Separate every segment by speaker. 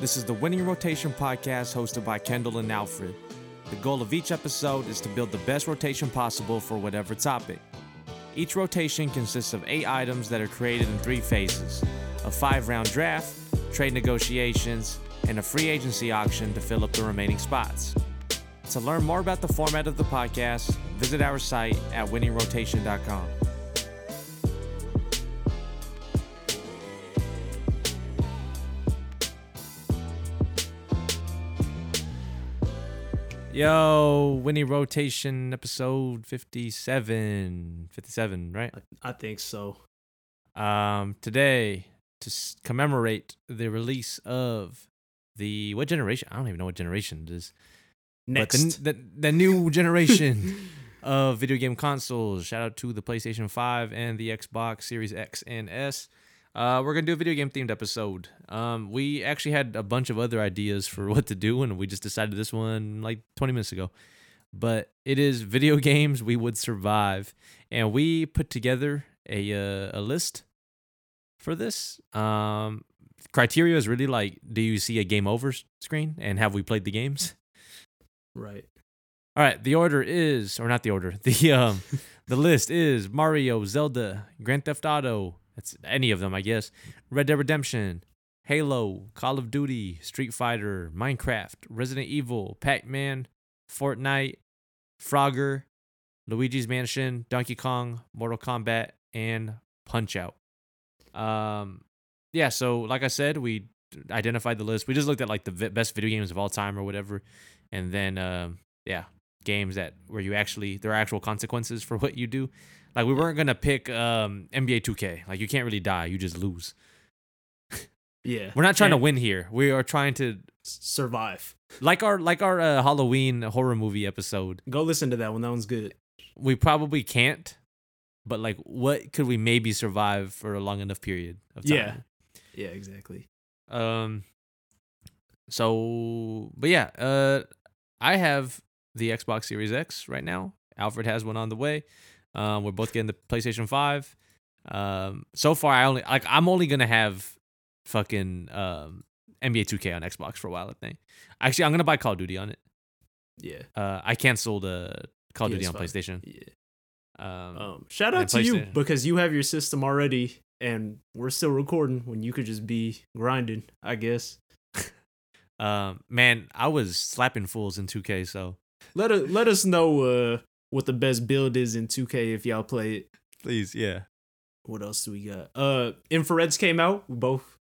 Speaker 1: This is the Winning Rotation podcast hosted by Kendall and Alfred. The goal of each episode is to build the best rotation possible for whatever topic. Each rotation consists of eight items that are created in three phases a five round draft, trade negotiations, and a free agency auction to fill up the remaining spots. To learn more about the format of the podcast, visit our site at winningrotation.com. Yo, Winnie Rotation episode 57. 57, right?
Speaker 2: I think so.
Speaker 1: Um, today, to s- commemorate the release of the what generation? I don't even know what generation it is. But the,
Speaker 2: Next.
Speaker 1: n- the, the new generation of video game consoles. Shout out to the PlayStation 5 and the Xbox Series X and S. Uh, we're gonna do a video game themed episode. Um, we actually had a bunch of other ideas for what to do, and we just decided this one like 20 minutes ago. But it is video games we would survive, and we put together a uh, a list for this. Um, criteria is really like, do you see a game over s- screen, and have we played the games?
Speaker 2: right.
Speaker 1: All right, the order is, or not the order, the um, the list is Mario, Zelda, Grand Theft Auto. That's any of them, I guess. Red Dead Redemption, Halo, Call of Duty, Street Fighter, Minecraft, Resident Evil, Pac-Man, Fortnite, Frogger, Luigi's Mansion, Donkey Kong, Mortal Kombat, and Punch Out. Um, yeah. So, like I said, we identified the list. We just looked at like the vi- best video games of all time or whatever, and then um, yeah, games that where you actually there are actual consequences for what you do. Like we weren't gonna pick um, NBA 2K. Like you can't really die. You just lose.
Speaker 2: Yeah.
Speaker 1: We're not trying to
Speaker 2: And
Speaker 1: win here. We are trying to
Speaker 2: Survive.
Speaker 1: like our like our uh, Halloween horror movie episode.
Speaker 2: Go listen to that one. That one's good.
Speaker 1: We probably can't, but like what could we maybe survive for a long enough period of time?
Speaker 2: Yeah. Yeah, exactly.
Speaker 1: Um. So, but yeah, uh, I have the Xbox Series X right now. Alfred has one on the way. Um, we're both getting the PlayStation Five. Um, so far I only like I'm only gonna have fucking um NBA 2K on Xbox for a while. I think. Actually, I'm gonna buy Call of Duty on it.
Speaker 2: Yeah.
Speaker 1: Uh, I canceled uh Call of Duty on
Speaker 2: PS5.
Speaker 1: PlayStation.
Speaker 2: Yeah.
Speaker 1: Um,
Speaker 2: Um, shout
Speaker 1: And
Speaker 2: out to you
Speaker 1: PlayStation.
Speaker 2: because you have your system already and we're still recording when you could just be grinding, I guess.
Speaker 1: um, man, I was slapping fools in 2K. So
Speaker 2: Let us let us know uh what the best build is in 2K if y'all play it.
Speaker 1: please, yeah.
Speaker 2: What else do we got? Uh Infrareds came out. We both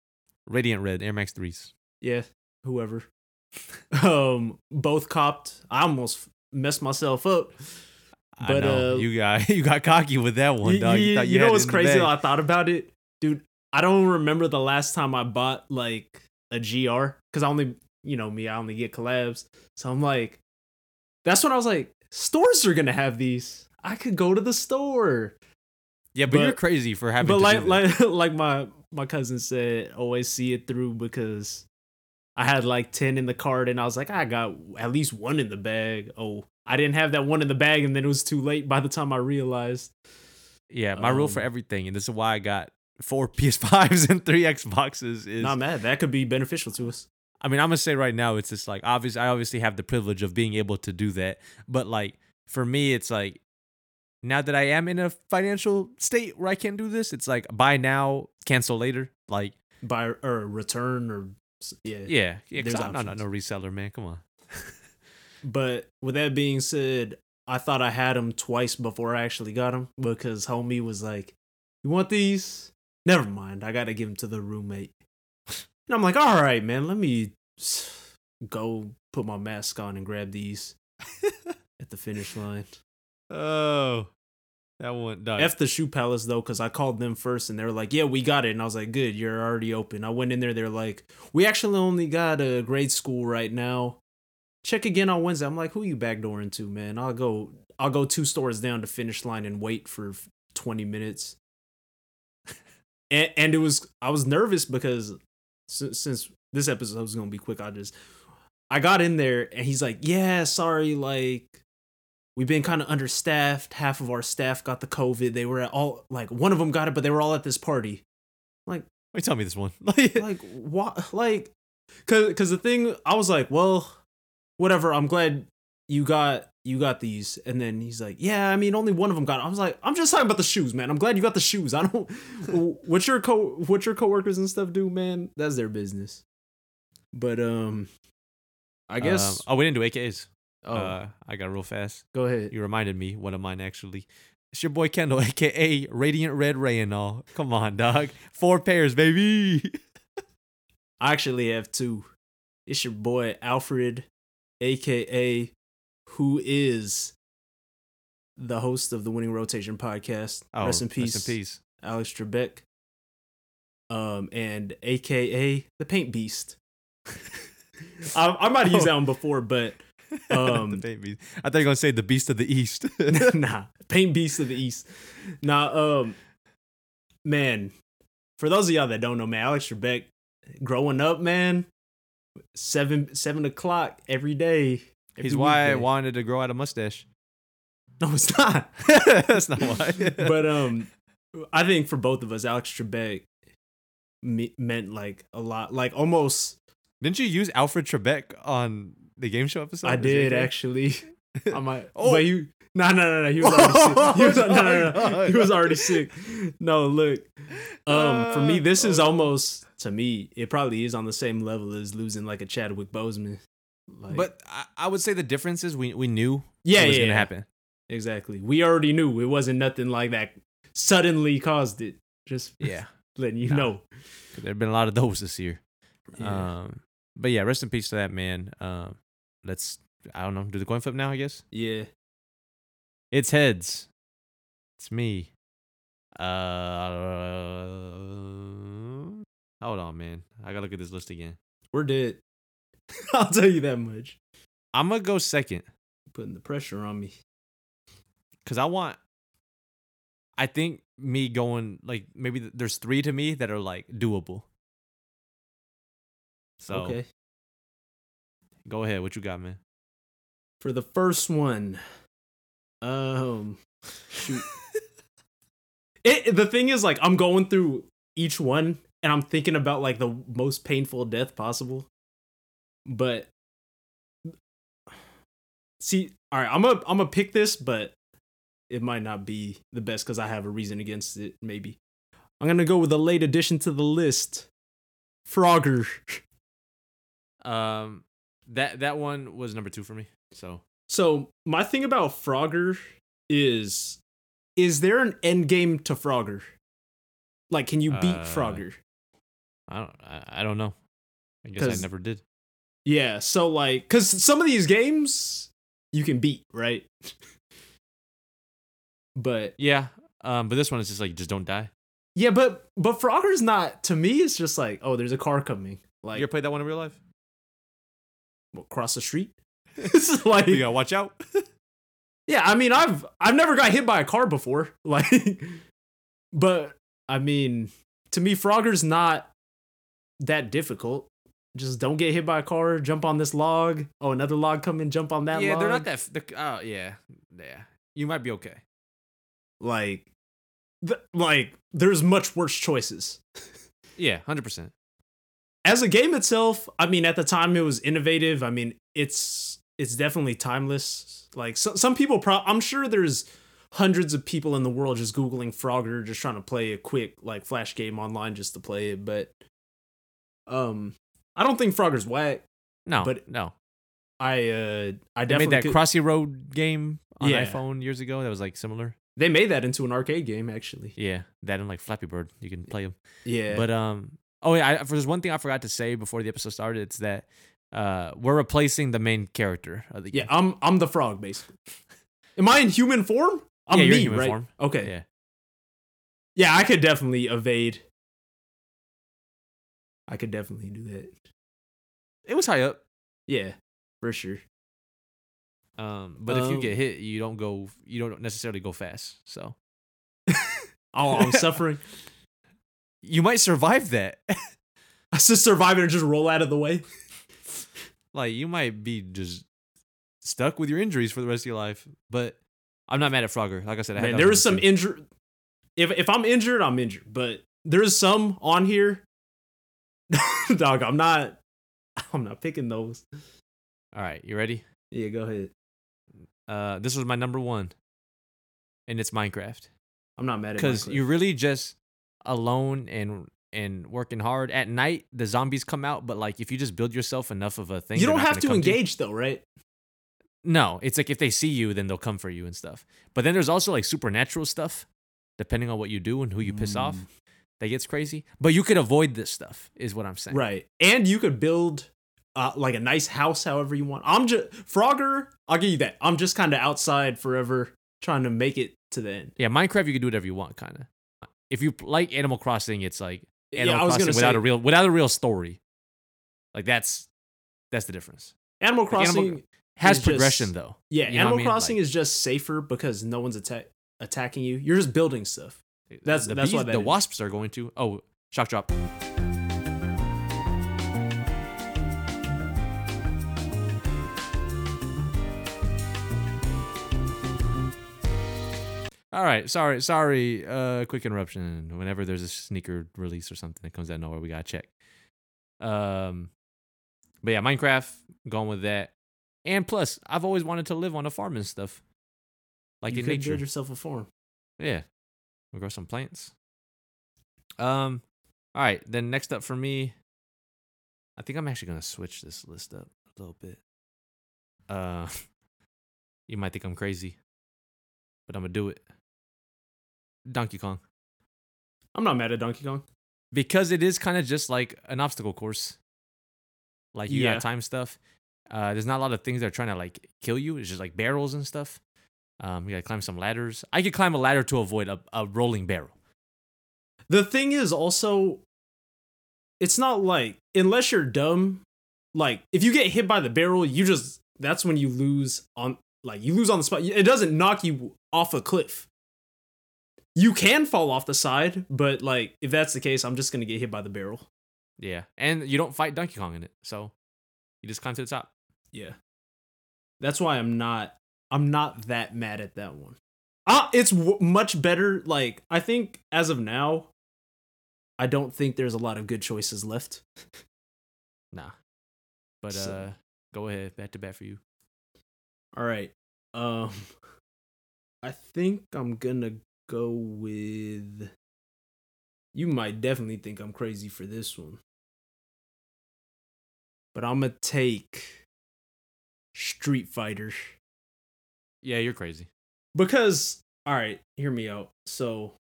Speaker 1: Radiant Red Air Max threes.
Speaker 2: yeah, whoever. um, both copped. I almost messed myself up.
Speaker 1: I
Speaker 2: But,
Speaker 1: know.
Speaker 2: uh,
Speaker 1: you got you got cocky with that one,
Speaker 2: You,
Speaker 1: dog.
Speaker 2: you-
Speaker 1: thought
Speaker 2: you know
Speaker 1: had it
Speaker 2: what's
Speaker 1: in the
Speaker 2: crazy?
Speaker 1: bag.
Speaker 2: though? I thought about it, dude. I don't remember the last time I bought like a GR because I only, you know, me, I only get collabs. So I'm like, that's what I was like. Stores are gonna have these. I could go to the store.
Speaker 1: yeah, but,
Speaker 2: but-
Speaker 1: you're crazy for having.
Speaker 2: but
Speaker 1: to
Speaker 2: like
Speaker 1: do that.
Speaker 2: like like my my cousin said always see it through because i had like 10 in the card and i was like i got at least one in the bag oh i didn't have that one in the bag and then it was too late by the time i realized
Speaker 1: yeah, my rule for
Speaker 2: um,
Speaker 1: everything, and this is why I got four PS5s and three Xboxes. Is
Speaker 2: not mad that could be beneficial to us
Speaker 1: I mean, I'm gonna say right now, it's just like obviously I obviously have the privilege of being able to do that, but like for me, it's like now that I am in a financial state where I can do this, it's like buy now, cancel later. Like
Speaker 2: by or return or s- yeah.
Speaker 1: yeah, yeah, because
Speaker 2: There's
Speaker 1: I'm not, not no
Speaker 2: options.
Speaker 1: reseller, man. Come on.
Speaker 2: but with that being said i thought i had them twice before i actually got them because homie was like you want these never mind i gotta give them to the roommate and i'm like all right man let me s- go put my mask on and grab these at the finish line
Speaker 1: Oh, that one. Dog.
Speaker 2: F the shoe palace though, because I called them first and they were like, "Yeah, we got it," and I was like, "Good, you're already open." I went in there, they're like, "We actually only got a grade school right now. Check again on Wednesday." I'm like, "Who you backdooring to, man? I'll go, I'll go two stores down to finish line and wait for 20 minutes." and, and it was, I was nervous because since, since this episode was gonna be quick, I just, I got in there and he's like, "Yeah, sorry, like." we've been kind of understaffed. Half of our staff got the COVID. They were at all like one of them got it, but they were all at this party.
Speaker 1: Wait, tell me this one.
Speaker 2: Like what? Like Cause, cause the thing I was like, well, whatever. I'm glad you got you got these. And then he's like, yeah. I mean, only one of them got. It. I was like, I'm just talking about the shoes, man. I'm glad you got the shoes. I don't. what your co what your coworkers and stuff do, man. That's their business. But um, I guess.
Speaker 1: Um, oh, we didn't do AKAs.
Speaker 2: oh,
Speaker 1: Uh, I got real fast.
Speaker 2: go ahead.
Speaker 1: You reminded me one of mine actually. It's your boy Kendall, aka Radiant Red Ray and all. Come on, dog. Four pairs, baby.
Speaker 2: I actually have two. It's your boy Alfred, aka who is the host of the Winning Rotation podcast.
Speaker 1: Oh,
Speaker 2: rest in peace,
Speaker 1: Rest in peace.
Speaker 2: Alex Trebek. Um, and aka the Paint Beast. I, I might have used that one before, but
Speaker 1: the
Speaker 2: um,
Speaker 1: baby. I thought you were gonna say the Beast of the East.
Speaker 2: nah, Paint Beast of the East. Nah, um, man, for those of y'all that don't know, man, Alex Trebek, growing up, man, seven seven o'clock every day. every
Speaker 1: He's why I
Speaker 2: weekday.
Speaker 1: wanted to grow out a mustache.
Speaker 2: No, it's not.
Speaker 1: That's not why.
Speaker 2: but um, I think for both of us, Alex Trebek me- meant like a lot, like almost.
Speaker 1: didn't you use Alfred Trebek on the game show episode?
Speaker 2: I
Speaker 1: Is it
Speaker 2: did
Speaker 1: okay?
Speaker 2: actually. I might.
Speaker 1: Oh.
Speaker 2: Oh, but you. No, no, no, no. He was already sick. He was, no, no,
Speaker 1: Oh,
Speaker 2: no, no.
Speaker 1: God.
Speaker 2: He was already sick. No, look. Um, for
Speaker 1: Ah,
Speaker 2: me, this is almost to me. It probably is on the same level as losing like a Chadwick Boseman. Like,
Speaker 1: But I, I would say the difference is we we knew
Speaker 2: yeah,
Speaker 1: it was
Speaker 2: yeah,
Speaker 1: gonna
Speaker 2: yeah.
Speaker 1: happen.
Speaker 2: Exactly. We already knew it wasn't nothing like that. Suddenly caused it. Just
Speaker 1: Yeah.
Speaker 2: letting you
Speaker 1: Nah.
Speaker 2: know.
Speaker 1: There have been a lot of those this year.
Speaker 2: Yeah.
Speaker 1: Um, but yeah, rest in peace to that man. Um, let's I don't know, do the coin flip now. I guess
Speaker 2: yeah.
Speaker 1: it's heads. It's me. Uh, hold on, man. I gotta look at this list again.
Speaker 2: We're dead. I'll tell you that much.
Speaker 1: I'm gonna go second
Speaker 2: Putting the pressure on me.
Speaker 1: because I want. I think me going like maybe th- there's three to me that are like doable. So
Speaker 2: Okay.
Speaker 1: go ahead, what you got, man?
Speaker 2: For the first one. Um shoot. it the thing is like I'm going through each one and I'm thinking about like the most painful death possible. But see, all right, I'm a I'm gonna pick this, but it might not be the best because I have a reason against it. Maybe I'm gonna go with a late addition to the list, Frogger.
Speaker 1: Um, that that one was number two for me. So
Speaker 2: So my thing about Frogger is, is there an end game to Frogger? Like, can you beat
Speaker 1: Uh,
Speaker 2: Frogger?
Speaker 1: I don't I, I don't know. I guess I
Speaker 2: 'Cause-
Speaker 1: never did.
Speaker 2: Yeah. So like, because some of these games you can beat, right? but
Speaker 1: Yeah. Um, but this one is just like just don't die.
Speaker 2: yeah, but but Frogger's not to me. It's just like, oh, there's a car coming,
Speaker 1: You
Speaker 2: like
Speaker 1: ever played that one in real life?
Speaker 2: across the street. it's like,
Speaker 1: You gotta watch out.
Speaker 2: Yeah, I mean, I've I've never got hit by a car before, like, but I mean, to me, Frogger's not that difficult. Just don't get hit by a car. Jump on this log. Oh, another log coming. Jump on that.
Speaker 1: yeah,
Speaker 2: log.
Speaker 1: they're not that. F- the, oh yeah, yeah. You might be okay.
Speaker 2: like, th- like there's much worse choices.
Speaker 1: Yeah, hundred percent.
Speaker 2: As a game itself, I mean, at the time it was innovative. I mean, it's it's definitely timeless. Like so, some people, pro- I'm sure there's hundreds of people in the world just googling Frogger, just trying to play a quick like flash game online just to play it. But um, I don't think Frogger's whack.
Speaker 1: No, but
Speaker 2: But
Speaker 1: no.
Speaker 2: I uh, I
Speaker 1: They
Speaker 2: definitely
Speaker 1: made that
Speaker 2: could-
Speaker 1: Crossy Road game on
Speaker 2: Yeah.
Speaker 1: iPhone years ago. That was like similar.
Speaker 2: they made that into an arcade game actually.
Speaker 1: Yeah, that and like Flappy Bird, you can play them.
Speaker 2: Yeah,
Speaker 1: But um, oh yeah, I, for there's one thing I forgot to say before the episode started. It's that uh, we're replacing the main character of the
Speaker 2: yeah,
Speaker 1: game.
Speaker 2: I'm I'm the frog basically. Am I in human form? I'm
Speaker 1: Yeah,
Speaker 2: me,
Speaker 1: you're in human
Speaker 2: right?
Speaker 1: form.
Speaker 2: Okay.
Speaker 1: Yeah.
Speaker 2: Yeah, I could definitely evade. I could definitely do that.
Speaker 1: it was high up.
Speaker 2: Yeah, for sure.
Speaker 1: Um, but if you
Speaker 2: Um,
Speaker 1: get hit, you don't go. You don't necessarily go fast. So
Speaker 2: Oh, I'm suffering.
Speaker 1: you might survive that.
Speaker 2: I just survive it and just roll out of the way.
Speaker 1: like you might be just stuck with your injuries for the rest of your life. But I'm not mad at Frogger. Like I said, I had
Speaker 2: Man,
Speaker 1: that
Speaker 2: there
Speaker 1: one
Speaker 2: is some
Speaker 1: too.
Speaker 2: injury. If if I'm injured, I'm injured. But there is some on here. Dog, I'm not. I'm not picking those.
Speaker 1: All right, you ready?
Speaker 2: Yeah, go ahead.
Speaker 1: Uh, this was my number one, and it's Minecraft
Speaker 2: I'm not mad at
Speaker 1: because
Speaker 2: Minecraft.
Speaker 1: you're really just alone and and working hard at night. The zombies come out, but like if you just build yourself enough of a thing,
Speaker 2: You
Speaker 1: they're
Speaker 2: don't
Speaker 1: not
Speaker 2: have
Speaker 1: gonna
Speaker 2: to
Speaker 1: come you.
Speaker 2: engage though, right?
Speaker 1: No, it's like if they see you, then they'll come for you and stuff. But then there's also like supernatural stuff, depending on what you do and who you piss off.
Speaker 2: Mm.
Speaker 1: That gets crazy. But you could avoid this stuff, is what I'm saying.
Speaker 2: Right. And you could build uh, like a nice house however you want. I'm just Frogger, I'll give you that. I'm just kind of outside forever trying to make it to the end.
Speaker 1: Yeah, Minecraft, you can do whatever you want, kind of. If you like Animal Crossing, it's like Animal
Speaker 2: yeah, I was
Speaker 1: Crossing
Speaker 2: gonna
Speaker 1: without
Speaker 2: say
Speaker 1: a real without a real story. Like that's that's the difference.
Speaker 2: Animal
Speaker 1: like, Animal-
Speaker 2: Crossing.
Speaker 1: Has
Speaker 2: It's just-
Speaker 1: progression though. you
Speaker 2: yeah,
Speaker 1: know what I
Speaker 2: Animal
Speaker 1: mean?
Speaker 2: Crossing
Speaker 1: Like-
Speaker 2: is just safer because no one's atta- attacking you. You're just building stuff. That's-
Speaker 1: the
Speaker 2: that's why that
Speaker 1: the
Speaker 2: is.
Speaker 1: wasps are going to. Oh, shock drop. All right, sorry, sorry. Uh, quick interruption. Whenever there's a sneaker release or something that comes out of nowhere, we gotta check. Um, but yeah, Minecraft. Going with that, and plus, I've always wanted to live on a farm and stuff, like
Speaker 2: you
Speaker 1: in
Speaker 2: could
Speaker 1: nature.
Speaker 2: build yourself a farm.
Speaker 1: Yeah. We'll grow some plants. Um all right, then next up for me I think I'm actually going to switch this list up a little bit. Uh you might think I'm crazy, but I'm going to do it. Donkey Kong.
Speaker 2: I'm not mad at Donkey Kong.
Speaker 1: Because it is kind of just like an obstacle course. Like you
Speaker 2: Yeah.
Speaker 1: got time stuff. Uh there's not a lot of things that are trying to like kill you. It's just like barrels and stuff. Um you got to climb some ladders. I could climb a ladder to avoid a, a rolling barrel.
Speaker 2: The thing is also it's not like unless you're dumb, like if you get hit by the barrel, you just that's when you lose on like you lose on the spot. It doesn't knock you off a cliff. You can fall off the side, but like if that's the case, I'm just going to get hit by the barrel.
Speaker 1: Yeah, and you don't fight Donkey Kong in it, so you just climb to the top.
Speaker 2: Yeah. That's why I'm not I'm not that mad at that one. Ah, it's w- much better like I think as of now I don't think there's a lot of good choices left.
Speaker 1: Nah, but
Speaker 2: So-
Speaker 1: uh, go ahead, bat to bat for you.
Speaker 2: All right. Um I think I'm going to go with You might definitely think I'm crazy for this one. But I'm going to take Street Fighter.
Speaker 1: Yeah, you're crazy.
Speaker 2: because all right hear me out so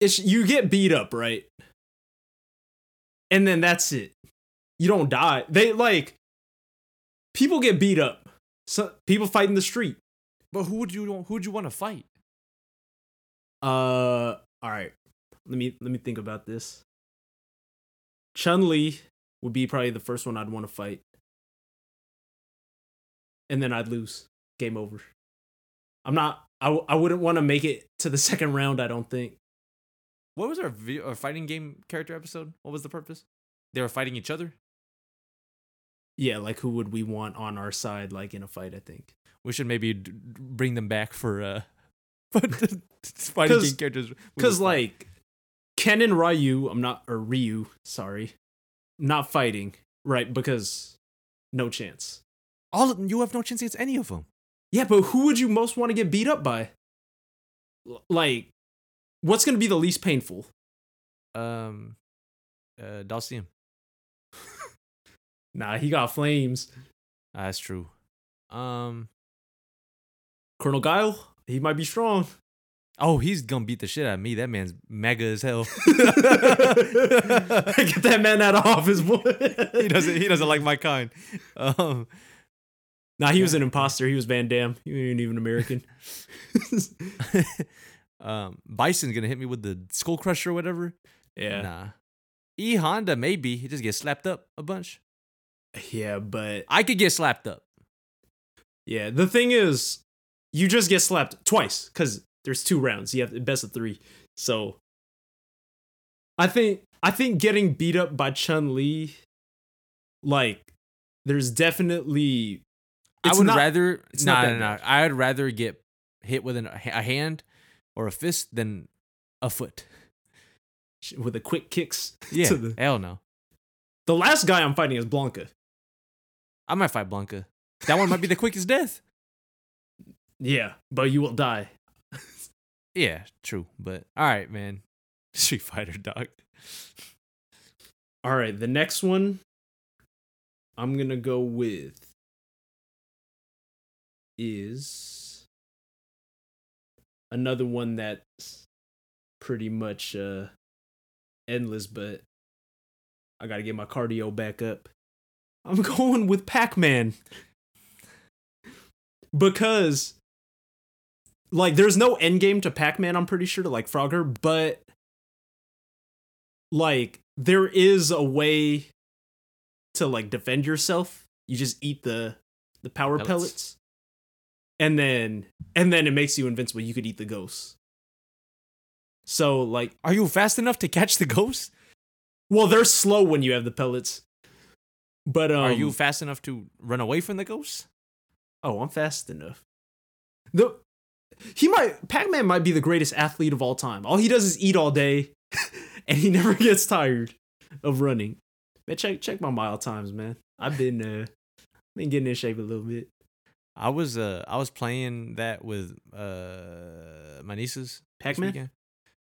Speaker 2: it's you get beat up right and then that's it you don't die they like people get beat up so people fight in the street
Speaker 1: But who would you who would you want to fight?
Speaker 2: uh all right let me let me think about this chun li would be probably the first one i'd want to fight and then i'd lose game over i'm not i, w- I wouldn't want to make it to the second round i don't think
Speaker 1: What was our, video, our fighting game character episode? What was the purpose? They were fighting each other.
Speaker 2: Yeah, like who would we want on our side, like in a fight? I think
Speaker 1: We should maybe d- d- bring them back for uh, but fighting
Speaker 2: 'Cause-
Speaker 1: game characters. we
Speaker 2: because
Speaker 1: would fight.
Speaker 2: like Ken and Ryu, I'm not or Ryu, sorry, not fighting, right? Because no chance.
Speaker 1: all of them, you have no chance against any of them.
Speaker 2: Yeah, but who would you most want to get beat up by? L- Like, what's gonna be the least painful?
Speaker 1: Um, uh, Dalsium.
Speaker 2: Nah, he got flames.
Speaker 1: Ah, that's true. Um,
Speaker 2: Colonel Guile, he might be strong.
Speaker 1: oh, he's gonna beat the shit out of me. That man's mega as hell.
Speaker 2: get that man out of office, boy.
Speaker 1: he doesn't he doesn't like my kind. Um,
Speaker 2: Nah, he was an imposter. He was Van Damme. He wasn't even American.
Speaker 1: um Bison's gonna hit me with the skull crusher or whatever.
Speaker 2: yeah.
Speaker 1: Nah. E Honda maybe he just gets slapped up a bunch.
Speaker 2: Yeah, but
Speaker 1: I could get slapped up.
Speaker 2: yeah, the thing is, you just get slapped twice because there's two rounds. You have best of three. So I think I think getting beat up by Chun Li, like, there's definitely
Speaker 1: I
Speaker 2: It's
Speaker 1: would
Speaker 2: not-
Speaker 1: rather
Speaker 2: it's
Speaker 1: nah,
Speaker 2: not
Speaker 1: nah,
Speaker 2: that
Speaker 1: nah. I'd rather get hit with an, a hand or a fist than a foot.
Speaker 2: with the quick kicks.
Speaker 1: Yeah,
Speaker 2: To the-
Speaker 1: hell no.
Speaker 2: The last guy I'm fighting is Blanca.
Speaker 1: I might fight Blanca. That one might be the quickest death.
Speaker 2: Yeah, but you will die.
Speaker 1: Yeah, true. But all right, man. Street Fighter dog.
Speaker 2: All right, the next one I'm going to go with is another one that's pretty much uh endless, but I got to get my cardio back up. I'm going with Pac-Man. because like there's no end game to Pac-Man, I'm pretty sure, to like Frogger, but like there is a way to like defend yourself. You just eat the the power
Speaker 1: Pellets.
Speaker 2: pellets. And then and then it makes you invincible. You could eat the ghosts. So like
Speaker 1: Are you fast enough to catch the ghost?
Speaker 2: well, they're slow when you have the pellets. But um
Speaker 1: Are you fast enough to run away from the ghost?
Speaker 2: Oh, I'm fast enough. The he might Pac-Man might be the greatest athlete of all time. All he does is eat all day, and he never gets tired of running. Man, check check my mile times, man. I've been uh been getting in shape a little bit.
Speaker 1: I was uh I was playing that with uh my nieces this
Speaker 2: Pac-Man?
Speaker 1: weekend.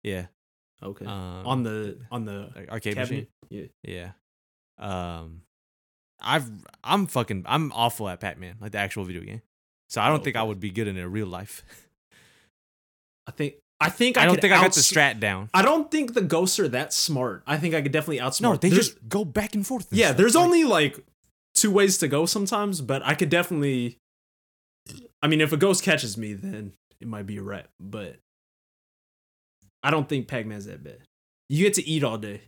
Speaker 1: Yeah.
Speaker 2: Okay.
Speaker 1: Um,
Speaker 2: on the on the
Speaker 1: like, arcade machine.
Speaker 2: cabinet. Yeah.
Speaker 1: Yeah. Um I've I'm fucking I'm awful at Pac-Man, like the actual video game. So I don't
Speaker 2: Oh,
Speaker 1: think I
Speaker 2: okay.
Speaker 1: would be good in it in real life.
Speaker 2: I think I think I,
Speaker 1: I, don't
Speaker 2: could
Speaker 1: think I got the
Speaker 2: outs-
Speaker 1: strat down.
Speaker 2: I don't think the ghosts are that smart. I think I could definitely outsmart.
Speaker 1: No, they
Speaker 2: There's-
Speaker 1: just go back and forth. and
Speaker 2: yeah
Speaker 1: stuff,
Speaker 2: there's
Speaker 1: like-
Speaker 2: only like two ways to go sometimes but i could definitely i mean if a ghost catches me then it might be a wrap but i don't think pac-man's that bad you get to eat all day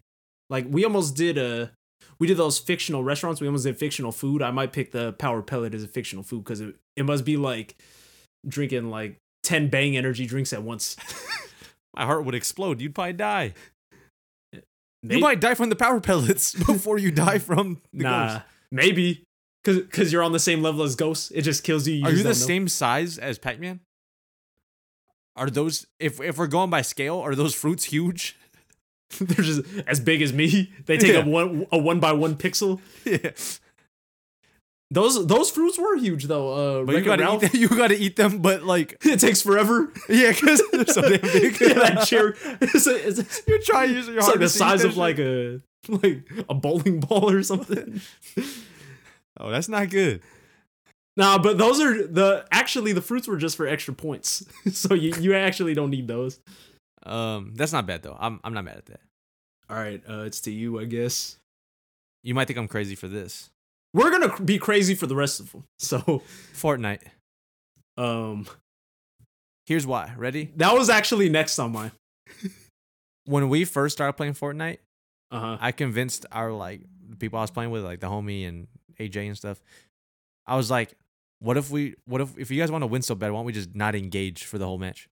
Speaker 2: like we almost did a we did those fictional restaurants we almost did fictional food i might pick the power pellet as a fictional food because it, it must be like drinking like 10 bang energy drinks at once
Speaker 1: my heart would explode. You'd probably die.
Speaker 2: May-
Speaker 1: You might die from the power pellets before you die from the
Speaker 2: nah
Speaker 1: ghost.
Speaker 2: maybe because you're on the same level as ghosts it just kills you,
Speaker 1: Are you
Speaker 2: just
Speaker 1: the
Speaker 2: don't know.
Speaker 1: same size as Pac-Man? Are those if if we're going by scale, are those fruits huge?
Speaker 2: they're just as big as me. They take
Speaker 1: Yeah.
Speaker 2: up one a one by one pixel.
Speaker 1: yeah.
Speaker 2: Those those fruits were huge though. Uh,
Speaker 1: But you
Speaker 2: Wreck-It
Speaker 1: gotta eat
Speaker 2: Ralph.
Speaker 1: them, you gotta eat them, but like
Speaker 2: It takes forever.
Speaker 1: yeah, because they're so damn big.
Speaker 2: yeah, that cherry. It's, a, it's, a- it's
Speaker 1: You're trying your hardest.
Speaker 2: like the
Speaker 1: to eat
Speaker 2: size
Speaker 1: that
Speaker 2: of
Speaker 1: shit.
Speaker 2: like a like a bowling ball or something.
Speaker 1: Oh, that's not good.
Speaker 2: nah, but those are the actually the fruits were just for extra points. so you you actually don't need those.
Speaker 1: Um, that's not bad though. I'm I'm not mad at that.
Speaker 2: All right, uh, it's to you, I guess.
Speaker 1: You might think I'm crazy for this.
Speaker 2: We're gonna cr- be crazy for the rest of them. So,
Speaker 1: Fortnite.
Speaker 2: um,
Speaker 1: Here's why. Ready?
Speaker 2: that was actually next on mine.
Speaker 1: When we first started playing Fortnite,
Speaker 2: Uh huh.
Speaker 1: I convinced our like the people I was playing with, like the homie and AJ and stuff. I was like, what if we what if if you guys want to win so bad, why don't we just not engage for the whole match?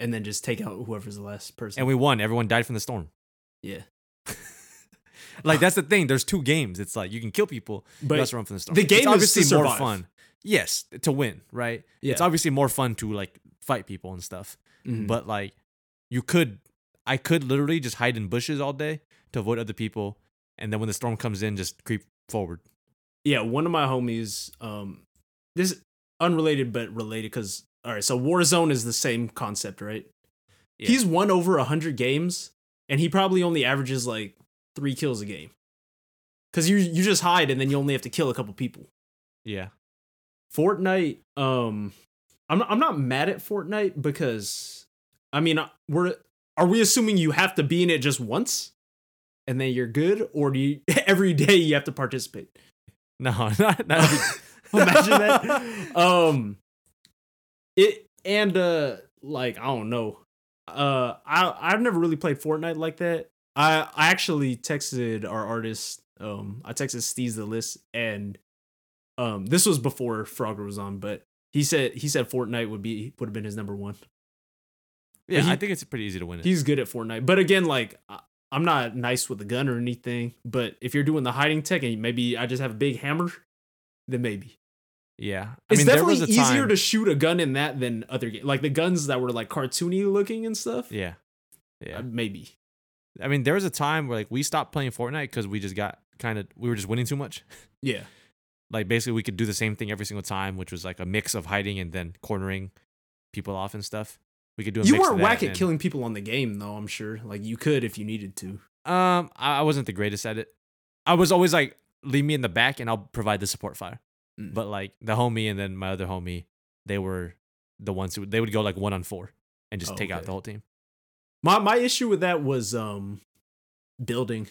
Speaker 2: And then just take out whoever's the last person.
Speaker 1: And we won. Everyone died from the storm.
Speaker 2: yeah.
Speaker 1: Like that's the thing. There's two games. It's like you can kill people, but
Speaker 2: But
Speaker 1: you also run from the storm.
Speaker 2: the
Speaker 1: it's
Speaker 2: game is to
Speaker 1: obviously more
Speaker 2: survive.
Speaker 1: fun. Yes, to win, right?
Speaker 2: Yeah.
Speaker 1: It's obviously more fun to like fight people and stuff.
Speaker 2: Mhm.
Speaker 1: But like you could I could literally just hide in bushes all day to avoid other people and then when the storm comes in just creep forward.
Speaker 2: yeah, one of my homies, um, this is unrelated but related because all right, so Warzone is the same concept, right?
Speaker 1: Yeah.
Speaker 2: He's won over hundred games, and he probably only averages like three kills a game. Cause you you just hide and then you only have to kill a couple people.
Speaker 1: Yeah.
Speaker 2: Fortnite, um, I'm not, I'm not mad at Fortnite because I mean uh, we're are we assuming you have to be in it just once, and then you're good, or do you every day you have to participate?
Speaker 1: No, not, not
Speaker 2: Imagine that. Um it and uh like I don't know. Uh I I've never really played Fortnite like that. I I actually texted our artist um I texted Steez the list and um this was before Frogger was on, but he said he said Fortnite would be would have been his number one.
Speaker 1: Yeah,
Speaker 2: He-
Speaker 1: I think it's pretty easy to win it.
Speaker 2: He's good at Fortnite. But again, like I, I'm not nice with a gun or anything, but if you're doing the hiding tech and maybe I just have a big hammer, then maybe.
Speaker 1: yeah. I
Speaker 2: It's
Speaker 1: mean, there
Speaker 2: definitely
Speaker 1: was a
Speaker 2: easier
Speaker 1: time-
Speaker 2: to shoot a gun in that than other games. Like the guns that were like cartoony looking and stuff.
Speaker 1: Yeah.
Speaker 2: uh,
Speaker 1: Yeah.
Speaker 2: maybe.
Speaker 1: I mean, there was a time where like we stopped playing Fortnite cuz we just got kind of we were just winning too much.
Speaker 2: Yeah.
Speaker 1: like basically we could do the same thing every single time, which was like a mix of hiding and then cornering people off and stuff. We could do. A
Speaker 2: You
Speaker 1: mix of
Speaker 2: weren't
Speaker 1: that
Speaker 2: whack at
Speaker 1: and-
Speaker 2: killing people on the game though. I'm sure. Like you could if you needed to.
Speaker 1: Um, I I wasn't the greatest at it. I was always like, leave me in the back and I'll provide the support fire.
Speaker 2: Mm.
Speaker 1: But like the homie and then my other homie, they were the ones who they would go like one on four and just
Speaker 2: Oh,
Speaker 1: take out
Speaker 2: okay.
Speaker 1: the whole team.
Speaker 2: My my issue with that was um building.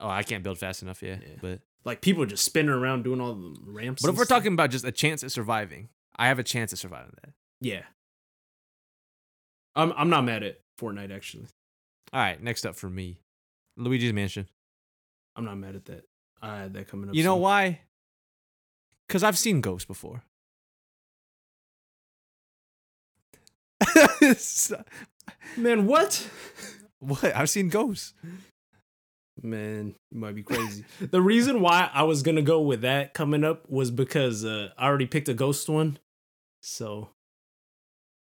Speaker 1: Oh, I can't build fast enough. Yeah,
Speaker 2: Yeah.
Speaker 1: but
Speaker 2: Like people just spinning around doing all the ramps.
Speaker 1: but if
Speaker 2: and
Speaker 1: we're
Speaker 2: stuff.
Speaker 1: talking about just a chance at surviving, I have a chance at surviving that.
Speaker 2: yeah, I'm I'm not mad at Fortnite actually.
Speaker 1: All right, next up for me, Luigi's Mansion.
Speaker 2: I'm not mad at that. I had that coming up.
Speaker 1: You know
Speaker 2: soon.
Speaker 1: why? Because I've seen ghosts before.
Speaker 2: man? What?
Speaker 1: what? I've seen ghosts.
Speaker 2: Man, you might be crazy. the reason why I was gonna go with that coming up was because uh, I already picked a ghost one. So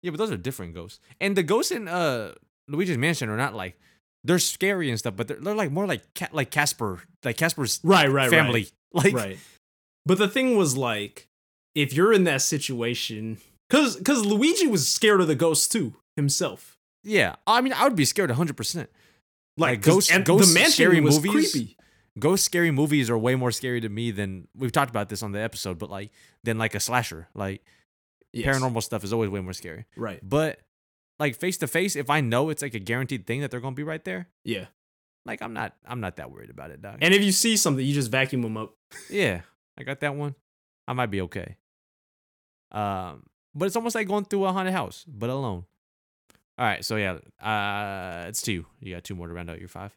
Speaker 1: Yeah, but those are different ghosts. And the ghosts in uh Luigi's Mansion are not like they're scary and stuff, but they're, they're like more like cat like Casper, like Casper's
Speaker 2: right, right, right.
Speaker 1: family. Like
Speaker 2: right but the thing was like if you're in that situation because because luigi was scared of the ghost too himself
Speaker 1: yeah, I mean I would be scared 100%. Like,
Speaker 2: 'cause
Speaker 1: ghost-
Speaker 2: em-
Speaker 1: ghost scary
Speaker 2: was
Speaker 1: movies?
Speaker 2: creepy
Speaker 1: Ghost scary movies are way more scary to me than we've talked about this on the episode, but like than like a slasher. Like
Speaker 2: Yes,
Speaker 1: paranormal stuff is always way more scary.
Speaker 2: right
Speaker 1: But like face to face, if I know it's like a guaranteed thing that they're gonna be right there,
Speaker 2: yeah
Speaker 1: like I'm not I'm not that worried about it, dog.
Speaker 2: and if you see something you just vacuum them up
Speaker 1: Yeah, I got that one. I might be okay. Um, but it's almost like going through a haunted house, but alone. All right, so yeah, uh, it's two. You got two more to round out your five.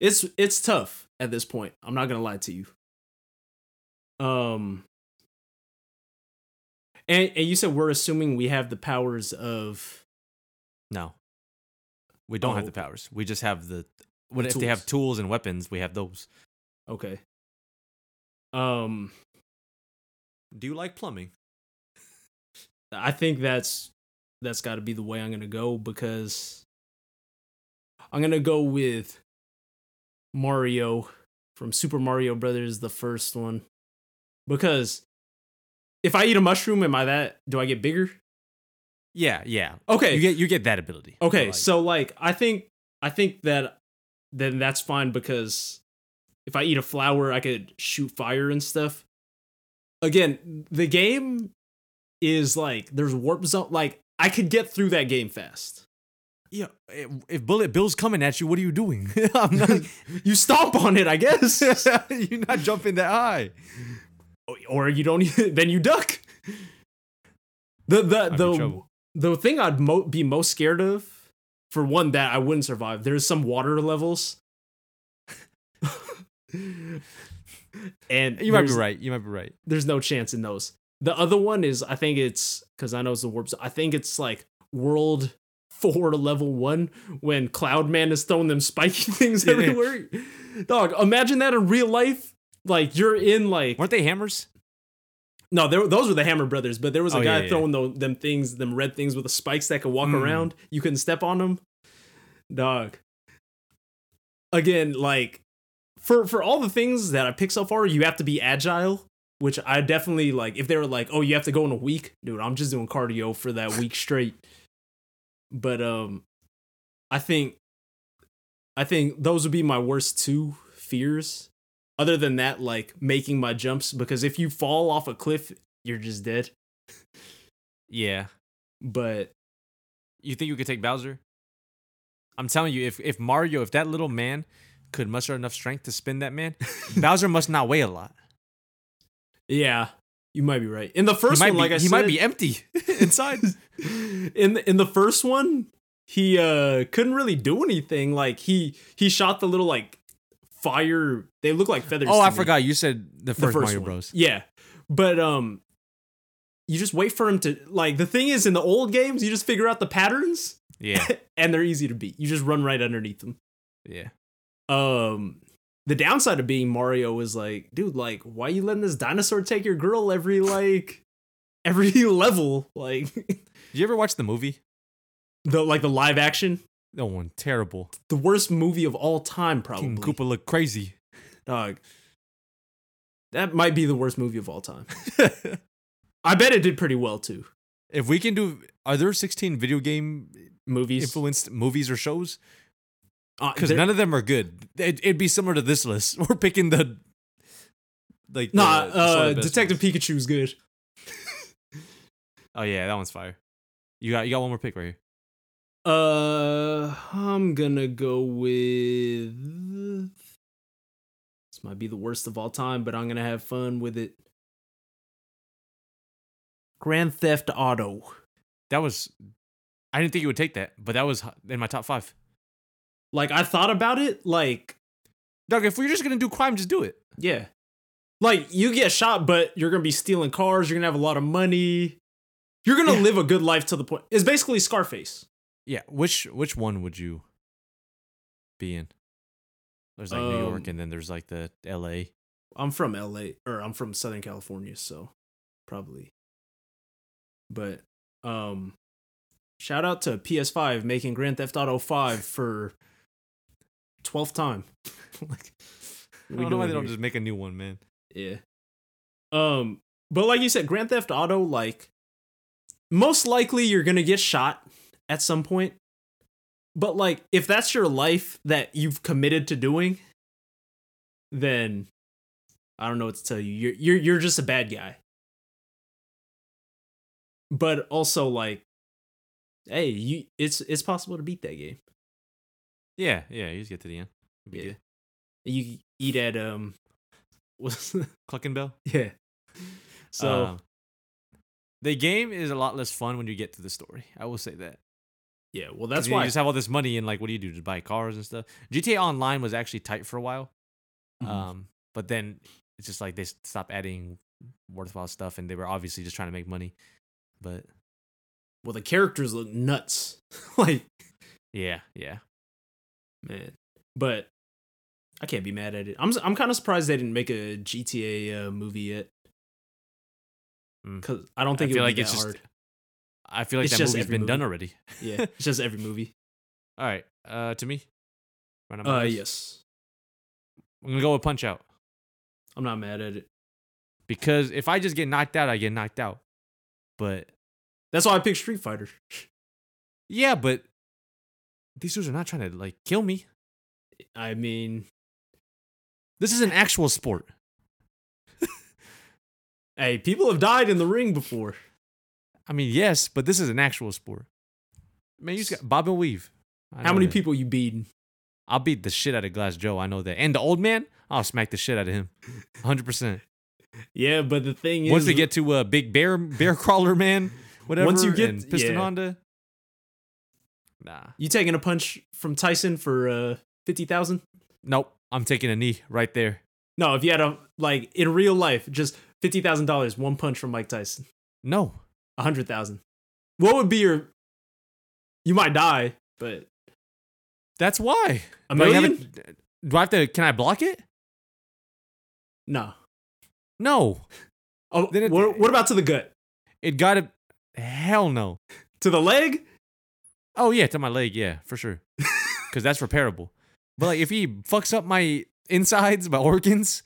Speaker 2: it's it's tough at this point i'm not gonna lie to you um and, and you said we're assuming we have the powers of
Speaker 1: No, we don't have
Speaker 2: Oh.
Speaker 1: the powers. We just have the. What if they have
Speaker 2: tools.
Speaker 1: tools and weapons? We have those.
Speaker 2: okay um
Speaker 1: Do you like plumbing?
Speaker 2: I think that's that's got to be the way I'm gonna go because I'm gonna go with Mario from Super Mario Brothers, the first one, because if I eat a mushroom, am I that? Do I get bigger?
Speaker 1: Yeah, yeah.
Speaker 2: Okay,
Speaker 1: You get you get that ability. but,
Speaker 2: okay.
Speaker 1: like,
Speaker 2: so like, I think I think that then that's fine because if I eat a flower, I could shoot fire and stuff. Again, the game is like there's warp zone. Like I could get through that game fast.
Speaker 1: yeah, if- if Bullet Bill's coming at you, what are you doing? I'm not.
Speaker 2: You stomp on it, I guess,
Speaker 1: you're not jumping that high.
Speaker 2: or you don't. e, Then you duck. The the
Speaker 1: in
Speaker 2: the
Speaker 1: trouble.
Speaker 2: the thing I'd mo- be most scared of, for one, that I wouldn't survive. There's some water levels. and
Speaker 1: You might be
Speaker 2: there's-
Speaker 1: right. You might be right.
Speaker 2: there's no chance in those. The other one is I think it's because I know it's the warps. I think it's like world four to level one when Cloudman is throwing them spiky things
Speaker 1: Yeah.
Speaker 2: everywhere. Dog, imagine that in real life. Like you're in like
Speaker 1: Weren't they hammers?
Speaker 2: no, there, those were the Hammer Brothers, but there was a
Speaker 1: Oh, yeah,
Speaker 2: guy
Speaker 1: yeah,
Speaker 2: throwing tho- them things, them red things with the spikes that could walk
Speaker 1: Mm.
Speaker 2: around. You couldn't step on them. Dog. Again, like for for all the things that I picked so far, you have to be agile, which I definitely like. If they were like, "Oh, you have to go in a week," dude, I'm just doing cardio for that week straight. But um, I think I think those would be my worst two fears. Other than that, like making my jumps, because if you fall off a cliff, you're just dead.
Speaker 1: Yeah.
Speaker 2: But
Speaker 1: You think you could take Bowser? I'm telling you, if if Mario, if that little man could muster enough strength to spin that man, Bowser must not weigh a lot.
Speaker 2: yeah, you might be right. In the
Speaker 1: He
Speaker 2: first
Speaker 1: might,
Speaker 2: one,
Speaker 1: be,
Speaker 2: like I
Speaker 1: he
Speaker 2: said,
Speaker 1: might be empty inside.
Speaker 2: in the, in the first one, he uh couldn't really do anything. Like he he shot the little like fire. They look like feathers.
Speaker 1: oh,
Speaker 2: to
Speaker 1: I
Speaker 2: me.
Speaker 1: forgot. You said the
Speaker 2: the
Speaker 1: first,
Speaker 2: first
Speaker 1: Mario
Speaker 2: one.
Speaker 1: Bros.
Speaker 2: Yeah, but um, you just wait for him to like. The thing is, in the old games, you just figure out the patterns,
Speaker 1: Yeah,
Speaker 2: and they're easy to beat. You just run right underneath them.
Speaker 1: yeah.
Speaker 2: Um, the downside of being Mario is like, dude, like, why you letting this dinosaur take your girl every like, every level, like
Speaker 1: Did you ever watch the movie?
Speaker 2: the like the live action,
Speaker 1: That one terrible.
Speaker 2: the worst movie of all time,
Speaker 1: King
Speaker 2: probably.
Speaker 1: Koopa looked crazy.
Speaker 2: Dog. That might be the worst movie of all time. I bet it did pretty well too.
Speaker 1: If we can do, are there 16 video game
Speaker 2: Movies,
Speaker 1: influenced movies or shows?
Speaker 2: Uh,
Speaker 1: Because
Speaker 2: there-
Speaker 1: none of them are good. It, it'd be similar to this list. We're picking the like
Speaker 2: nah,
Speaker 1: the- the sort
Speaker 2: uh,
Speaker 1: of best
Speaker 2: Detective
Speaker 1: ones.
Speaker 2: Pikachu's good.
Speaker 1: Oh yeah, that one's fire. You got you got one more pick right here.
Speaker 2: Uh, I'm gonna go with. This might be the worst of all time, but I'm gonna have fun with it. Grand Theft Auto.
Speaker 1: That was I didn't think you would take that, but that was h- in my top five.
Speaker 2: Like I thought about it, like
Speaker 1: Doug, if we're just gonna do crime, just do it.
Speaker 2: yeah, like you get shot, but you're gonna be stealing cars. You're gonna have a lot of money. You're gonna
Speaker 1: Yeah.
Speaker 2: live a good life to the point. It's basically Scarface.
Speaker 1: Yeah, which which one would you be in? There's like New York,
Speaker 2: Um,
Speaker 1: and then there's like the L.A.
Speaker 2: I'm from LA or I'm from Southern California, so probably. But um shout out to PS5 making Grand Theft Auto 5 for 12th time. like
Speaker 1: I
Speaker 2: what we
Speaker 1: don't know why they
Speaker 2: doing
Speaker 1: don't
Speaker 2: here?
Speaker 1: just make a new one, man.
Speaker 2: Yeah. Um but like you said Grand Theft Auto like most likely you're going to get shot at some point. But like if that's your life that you've committed to doing then I don't know what to tell you. You're you're you're just a bad guy. But also like hey, you it's it's possible to beat that game.
Speaker 1: Yeah, yeah. You just get to the end. It'd be
Speaker 2: Yeah.
Speaker 1: good.
Speaker 2: You eat at um what's
Speaker 1: Clucking bell.
Speaker 2: yeah. So
Speaker 1: Um, the game is a lot less fun when you get to the story. I will say that.
Speaker 2: yeah, well
Speaker 1: 'Cause
Speaker 2: that's
Speaker 1: you
Speaker 2: why
Speaker 1: just have all this money and like, what do you do? Just buy cars and stuff. GTA Online was actually tight for a while,
Speaker 2: Mhm.
Speaker 1: um, but then it's just like they s- stopped adding worthwhile stuff, and they were obviously just trying to make money. But
Speaker 2: well the characters look nuts. like
Speaker 1: yeah, yeah.
Speaker 2: man. But I can't be mad at it. I'm s- I'm kind of surprised they didn't make a GTA uh, movie yet.
Speaker 1: Mm.
Speaker 2: Cuz I don't
Speaker 1: I
Speaker 2: think it
Speaker 1: feel
Speaker 2: would
Speaker 1: like
Speaker 2: be
Speaker 1: it's
Speaker 2: that
Speaker 1: just-
Speaker 2: hard.
Speaker 1: I feel like
Speaker 2: It's
Speaker 1: that
Speaker 2: just
Speaker 1: movie's
Speaker 2: every
Speaker 1: been done
Speaker 2: movie.
Speaker 1: already.
Speaker 2: Yeah, it's just every movie.
Speaker 1: All right, uh, to me. Right, I'm,
Speaker 2: Uh yes.
Speaker 1: I'm gonna go with Punch Out
Speaker 2: I'm not mad at it.
Speaker 1: because if I just get knocked out, I get knocked out. But
Speaker 2: That's why I picked Street Fighter.
Speaker 1: yeah, but these dudes are not trying to like kill me.
Speaker 2: I mean,
Speaker 1: This is an actual sport.
Speaker 2: hey, people have died in the ring before.
Speaker 1: I mean, yes, but this is an actual sport. Man, you just got bob and weave. I
Speaker 2: How
Speaker 1: know
Speaker 2: many
Speaker 1: that.
Speaker 2: people you beating?
Speaker 1: I'll beat the shit out of Glass Joe. I know that. And the old man, I'll smack the shit out of him. 100%.
Speaker 2: Yeah, but the thing
Speaker 1: Once
Speaker 2: is,
Speaker 1: we get to uh, Big Bear, Bear Crawler Man, whatever,
Speaker 2: Once you get-
Speaker 1: and Piston
Speaker 2: yeah.
Speaker 1: Honda. Nah.
Speaker 2: you taking a punch from Tyson for uh fifty thousand?
Speaker 1: Nope. I'm taking a knee right there.
Speaker 2: No, if you had a like in real life, just fifty thousand dollars, one punch from Mike Tyson,
Speaker 1: No.
Speaker 2: a hundred thousand. What would be your? You might die, but
Speaker 1: That's why.
Speaker 2: a
Speaker 1: Do I have
Speaker 2: million?
Speaker 1: a- do I have to, can I block it?
Speaker 2: no.
Speaker 1: No.
Speaker 2: Oh,
Speaker 1: Then it-
Speaker 2: what, what about to the gut?
Speaker 1: It got to, hell no.
Speaker 2: To the leg?
Speaker 1: Oh yeah, to my leg, yeah, for sure. Cause that's repairable. But like if he fucks up my insides, my organs,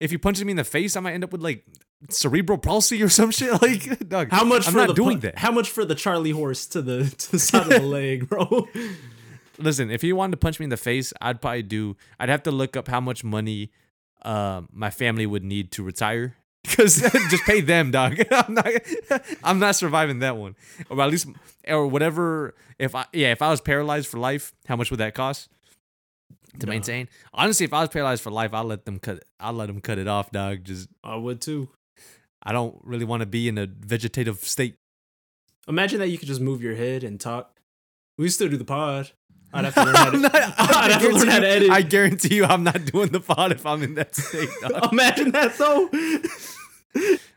Speaker 1: if he punches me in the face, I might end up with like cerebral palsy or some shit. Like dog.
Speaker 2: How much
Speaker 1: I'm
Speaker 2: for
Speaker 1: not
Speaker 2: the
Speaker 1: doing
Speaker 2: pun-
Speaker 1: that.
Speaker 2: How much for the Charlie horse to the to the side of the leg, bro?
Speaker 1: Listen, if he wanted to punch me in the face, I'd probably do I'd have to look up how much money um my family would need to retire. Cause just pay them, dog. I'm not I'm not surviving that one. Or at least or whatever if I yeah, if I was paralyzed for life, how much would that cost? to
Speaker 2: Nah.
Speaker 1: maintain. Honestly, if I was paralyzed for life, I'd let them cut. I'd let them cut it off, dog. Just
Speaker 2: I would too.
Speaker 1: I don't really want to be in a vegetative state.
Speaker 2: Imagine that you could just move your head and talk. We still do the pod. I'd have to learn how to,
Speaker 1: I'm not- I
Speaker 2: I'd have to learn
Speaker 1: guarantee
Speaker 2: how to
Speaker 1: you-
Speaker 2: edit.
Speaker 1: I guarantee you, I'm not doing the pod if I'm in that state. dog.
Speaker 2: Imagine that though.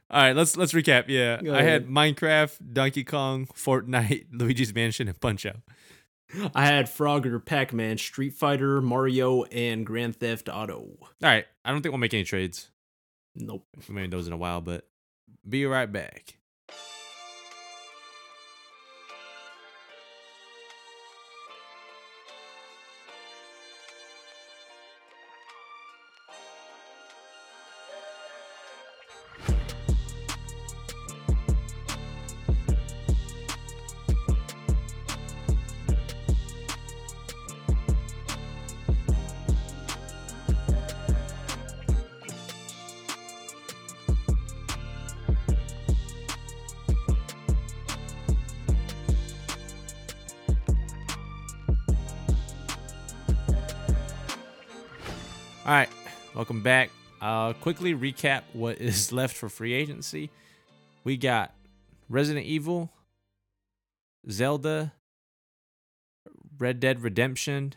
Speaker 1: All right, let's let's recap. Yeah,
Speaker 2: Go
Speaker 1: I had
Speaker 2: ahead.
Speaker 1: Minecraft, Donkey Kong, Fortnite, Luigi's Mansion, and Punch Out.
Speaker 2: I had Frogger, Pac Man, Street Fighter, Mario, and Grand Theft Auto.
Speaker 1: All right, I don't think we'll make any trades.
Speaker 2: Nope.
Speaker 1: We made those in a while, but be right back. Welcome back. Uh, quickly recap what is left for free agency. We got Resident Evil, Zelda, Red Dead Redemption,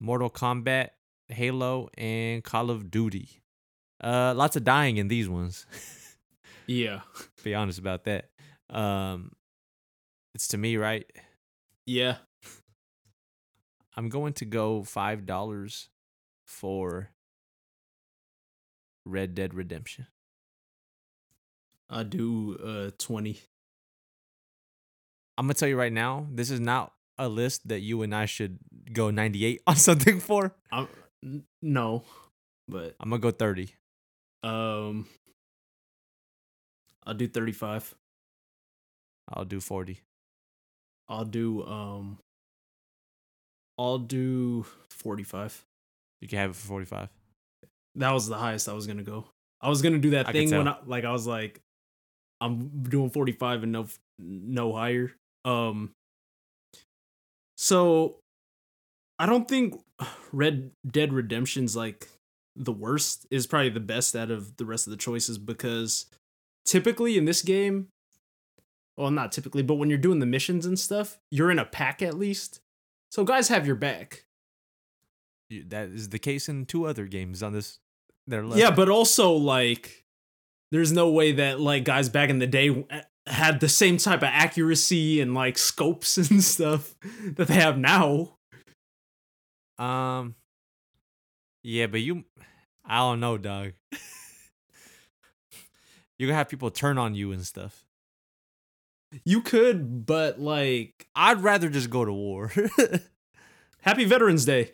Speaker 1: Mortal Kombat, Halo, and Call of Duty. Uh, lots of dying in these ones.
Speaker 2: Yeah.
Speaker 1: be honest about that. Um, it's to me, right?
Speaker 2: Yeah.
Speaker 1: I'm going to go five dollars for Red Dead Redemption.
Speaker 2: I do uh 20.
Speaker 1: I'm gonna tell you right now, this is not a list that you and I should go 98 on something for.
Speaker 2: I'm n- no. But
Speaker 1: I'm gonna go 30.
Speaker 2: um I'll do 35.
Speaker 1: I'll do 40.
Speaker 2: I'll do um I'll do 45.
Speaker 1: You can have it for 45.
Speaker 2: That was the highest I was going to go. I was going to do that
Speaker 1: I could
Speaker 2: thing when I
Speaker 1: tell.
Speaker 2: like I was like I'm doing 45 and no no higher. Um So I don't think Red Dead Redemption's like the worst is probably the best out of the rest of the choices because typically in this game well not typically but when you're doing the missions and stuff you're in a pack at least so guys have your back
Speaker 1: You- That is the case in two other games on this. They're
Speaker 2: yeah but also like there's no way that like guys back in the day eh, had the same type of accuracy and like scopes and stuff that they have now
Speaker 1: but um, yeah, but you, I don't know, dog. You're gonna have people turn on you and stuff.
Speaker 2: you could but like
Speaker 1: I'd rather just go to war.
Speaker 2: happy veterans day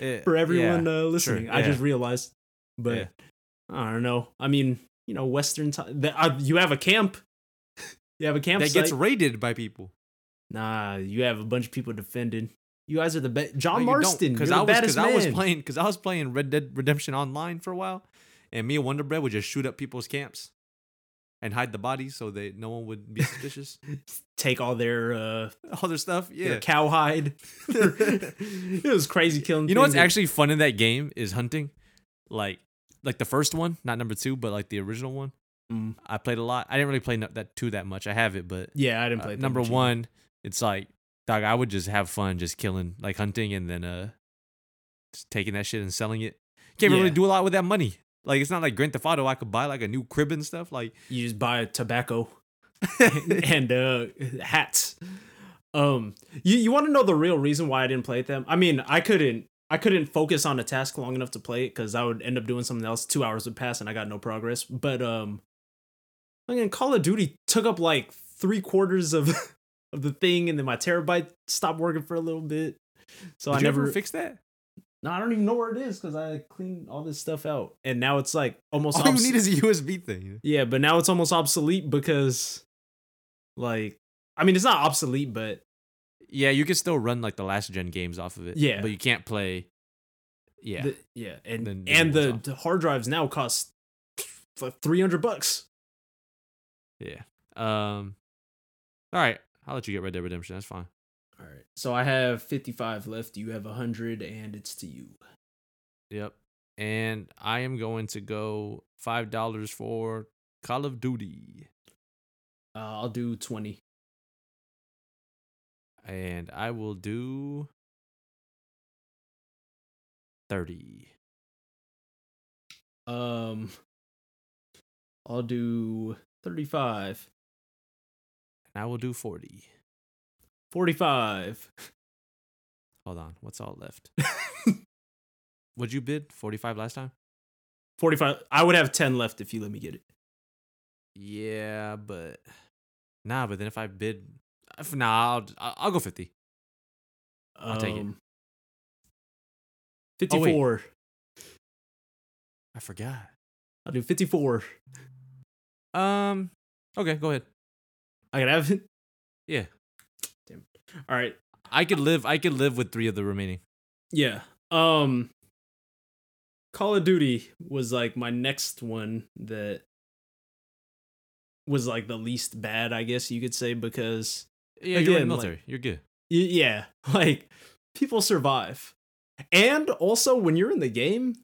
Speaker 1: Eh,
Speaker 2: for
Speaker 1: yeah.
Speaker 2: everyone uh, listening i
Speaker 1: yeah.
Speaker 2: just realized but
Speaker 1: Yeah.
Speaker 2: i don't know i mean you know western time uh, you have a camp you have a
Speaker 1: that
Speaker 2: campsite
Speaker 1: gets raided by people.
Speaker 2: nah you have a bunch of people defending you guys are the best john
Speaker 1: No, you don't,
Speaker 2: marston because
Speaker 1: I was
Speaker 2: baddest
Speaker 1: I was
Speaker 2: man.
Speaker 1: playing because I was playing Red Dead Redemption online for a while, and me and Wonder Bread would just shoot up people's camps and hide the bodies so that no one would be suspicious.
Speaker 2: take all their uh
Speaker 1: Other stuff,
Speaker 2: yeah.
Speaker 1: yeah.
Speaker 2: cowhide. it was crazy killing.
Speaker 1: You know what's
Speaker 2: things.
Speaker 1: actually fun in that game is hunting, like like the first one, not number two, but like the original one.
Speaker 2: Mm.
Speaker 1: I played a lot. I didn't really play no- that two that much. I have it, but
Speaker 2: Yeah, I didn't
Speaker 1: uh,
Speaker 2: play that
Speaker 1: number
Speaker 2: much either.
Speaker 1: one, it's like dog. I would just have fun just killing, like hunting, and then uh, just taking that shit and selling it. Can't really
Speaker 2: Yeah.
Speaker 1: do a lot with that money. Like it's not like Grand Theft Auto. I could buy like a new crib and stuff. Like
Speaker 2: You just buy tobacco and uh hats. Um, you you want to know the real reason why I didn't play them? I mean, I couldn't. I couldn't focus on a task long enough to play it because I would end up doing something else. Two hours would pass and I got no progress. But um, again, Call of Duty took up like three quarters of of the thing, and then my terabyte stopped working for a little bit. So
Speaker 1: did
Speaker 2: I
Speaker 1: you
Speaker 2: never
Speaker 1: ever fix that?
Speaker 2: No, I don't even know where it is because I cleaned all this stuff out, and now it's like almost.
Speaker 1: All
Speaker 2: obs-
Speaker 1: you need is a USB thing.
Speaker 2: yeah, but now it's almost obsolete because, like, I mean, it's not obsolete, but
Speaker 1: Yeah, you can still run like the last gen games off of it.
Speaker 2: Yeah.
Speaker 1: but you can't play. Yeah,
Speaker 2: the- yeah, and
Speaker 1: Then the
Speaker 2: and
Speaker 1: new
Speaker 2: the,
Speaker 1: one's
Speaker 2: the hard drives now cost like three hundred bucks.
Speaker 1: yeah. Um, all right. I'll let you get Red Dead Redemption. That's fine.
Speaker 2: All right, so I have fifty five left. You have hundred, and it's to you.
Speaker 1: Yep. And I am going to go five dollars for Call of Duty,
Speaker 2: Uh, I'll do twenty.
Speaker 1: and I will do thirty.
Speaker 2: Um, I'll do thirty five.
Speaker 1: And I will do forty.
Speaker 2: Forty five.
Speaker 1: Hold on, what's all left? Would you bid forty five last time?
Speaker 2: Forty five. I would have ten left if you let me get it.
Speaker 1: Yeah, but nah. But then if I bid, if nah, I'll I'll, I'll go fifty. I'll take it. Um, Oh, wait.
Speaker 2: 54.
Speaker 1: I forgot.
Speaker 2: I'll do 54.
Speaker 1: Um. Okay, go ahead.
Speaker 2: I can have it.
Speaker 1: Yeah,
Speaker 2: All right.
Speaker 1: I could live. I could live with three of the remaining.
Speaker 2: Yeah. Um Call of Duty was like my next one that was like the least bad, I guess you could say, because
Speaker 1: Yeah, you're in the
Speaker 2: Again, like-
Speaker 1: military. you're good.
Speaker 2: y- yeah, like people survive. And also, when you're in the game,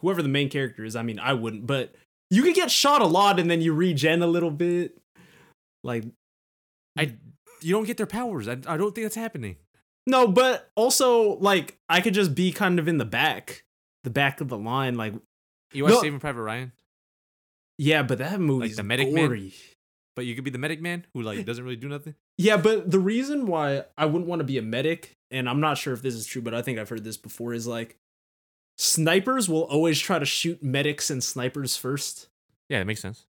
Speaker 2: whoever the main character is, I mean, I wouldn't, but you could get shot a lot and then you regen a little bit. Like,
Speaker 1: I you don't get their powers. I, I don't think that's happening.
Speaker 2: no, but also, like, I could just be kind of in the back, the back of the line. Like,
Speaker 1: You watch
Speaker 2: No.
Speaker 1: Saving Private Ryan,
Speaker 2: yeah, but that movie's
Speaker 1: the medic man?
Speaker 2: gory.
Speaker 1: but you could be the medic man who like doesn't really do nothing.
Speaker 2: Yeah, but the reason why I wouldn't want to be a medic, and I'm not sure if this is true, but I think I've heard this before, is like snipers will always try to shoot medics and snipers first.
Speaker 1: Yeah, that makes sense.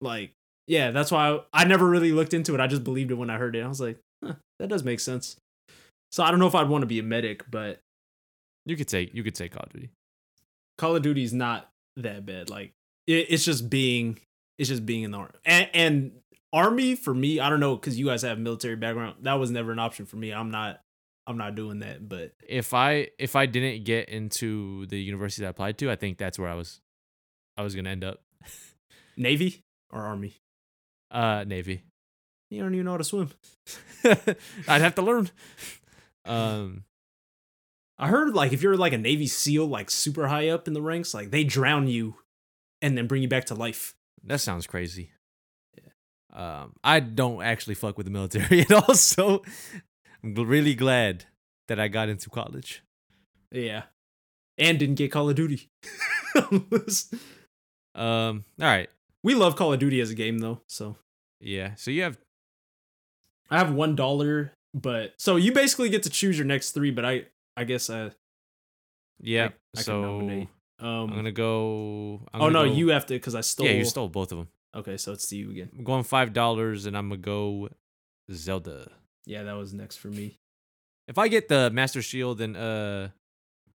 Speaker 2: Like, yeah, that's why I, I never really looked into it. I just believed it when I heard it. I was like, huh, that does make sense. So I don't know if I'd want to be a medic, but
Speaker 1: You could say you could say Call of Duty.
Speaker 2: Call of Duty's not that bad. Like, it, it's just being, it's just being in the army. And, and army for me, I don't know, because you guys have military background. That was never an option for me. I'm not, I'm not doing that, but.
Speaker 1: If I if I didn't get into the university that I applied to, I think that's where I was I was gonna end up.
Speaker 2: Navy or Army?
Speaker 1: Uh, Navy.
Speaker 2: You don't even know how to swim.
Speaker 1: I'd have to learn. Um,
Speaker 2: I heard like if you're like a Navy SEAL, like super high up in the ranks, like they drown you and then bring you back to life.
Speaker 1: that sounds crazy. Um, I don't actually fuck with the military at all, so I'm gl- really glad that I got into college.
Speaker 2: Yeah. And didn't get Call of Duty.
Speaker 1: Um, all right,
Speaker 2: we love Call of Duty as a game though, so
Speaker 1: yeah. So you have
Speaker 2: I have one dollar, but so you basically get to choose your next three, but I I guess uh
Speaker 1: yeah.
Speaker 2: I can
Speaker 1: so
Speaker 2: nominate. um
Speaker 1: I'm gonna go. I'm
Speaker 2: Oh
Speaker 1: gonna
Speaker 2: no,
Speaker 1: go-
Speaker 2: you have to because I stole
Speaker 1: Yeah, you stole both of them.
Speaker 2: Okay, so it's to you again.
Speaker 1: I'm going five dollars, and I'm gonna go Zelda.
Speaker 2: Yeah, that was next for me.
Speaker 1: If I get the Master Shield and uh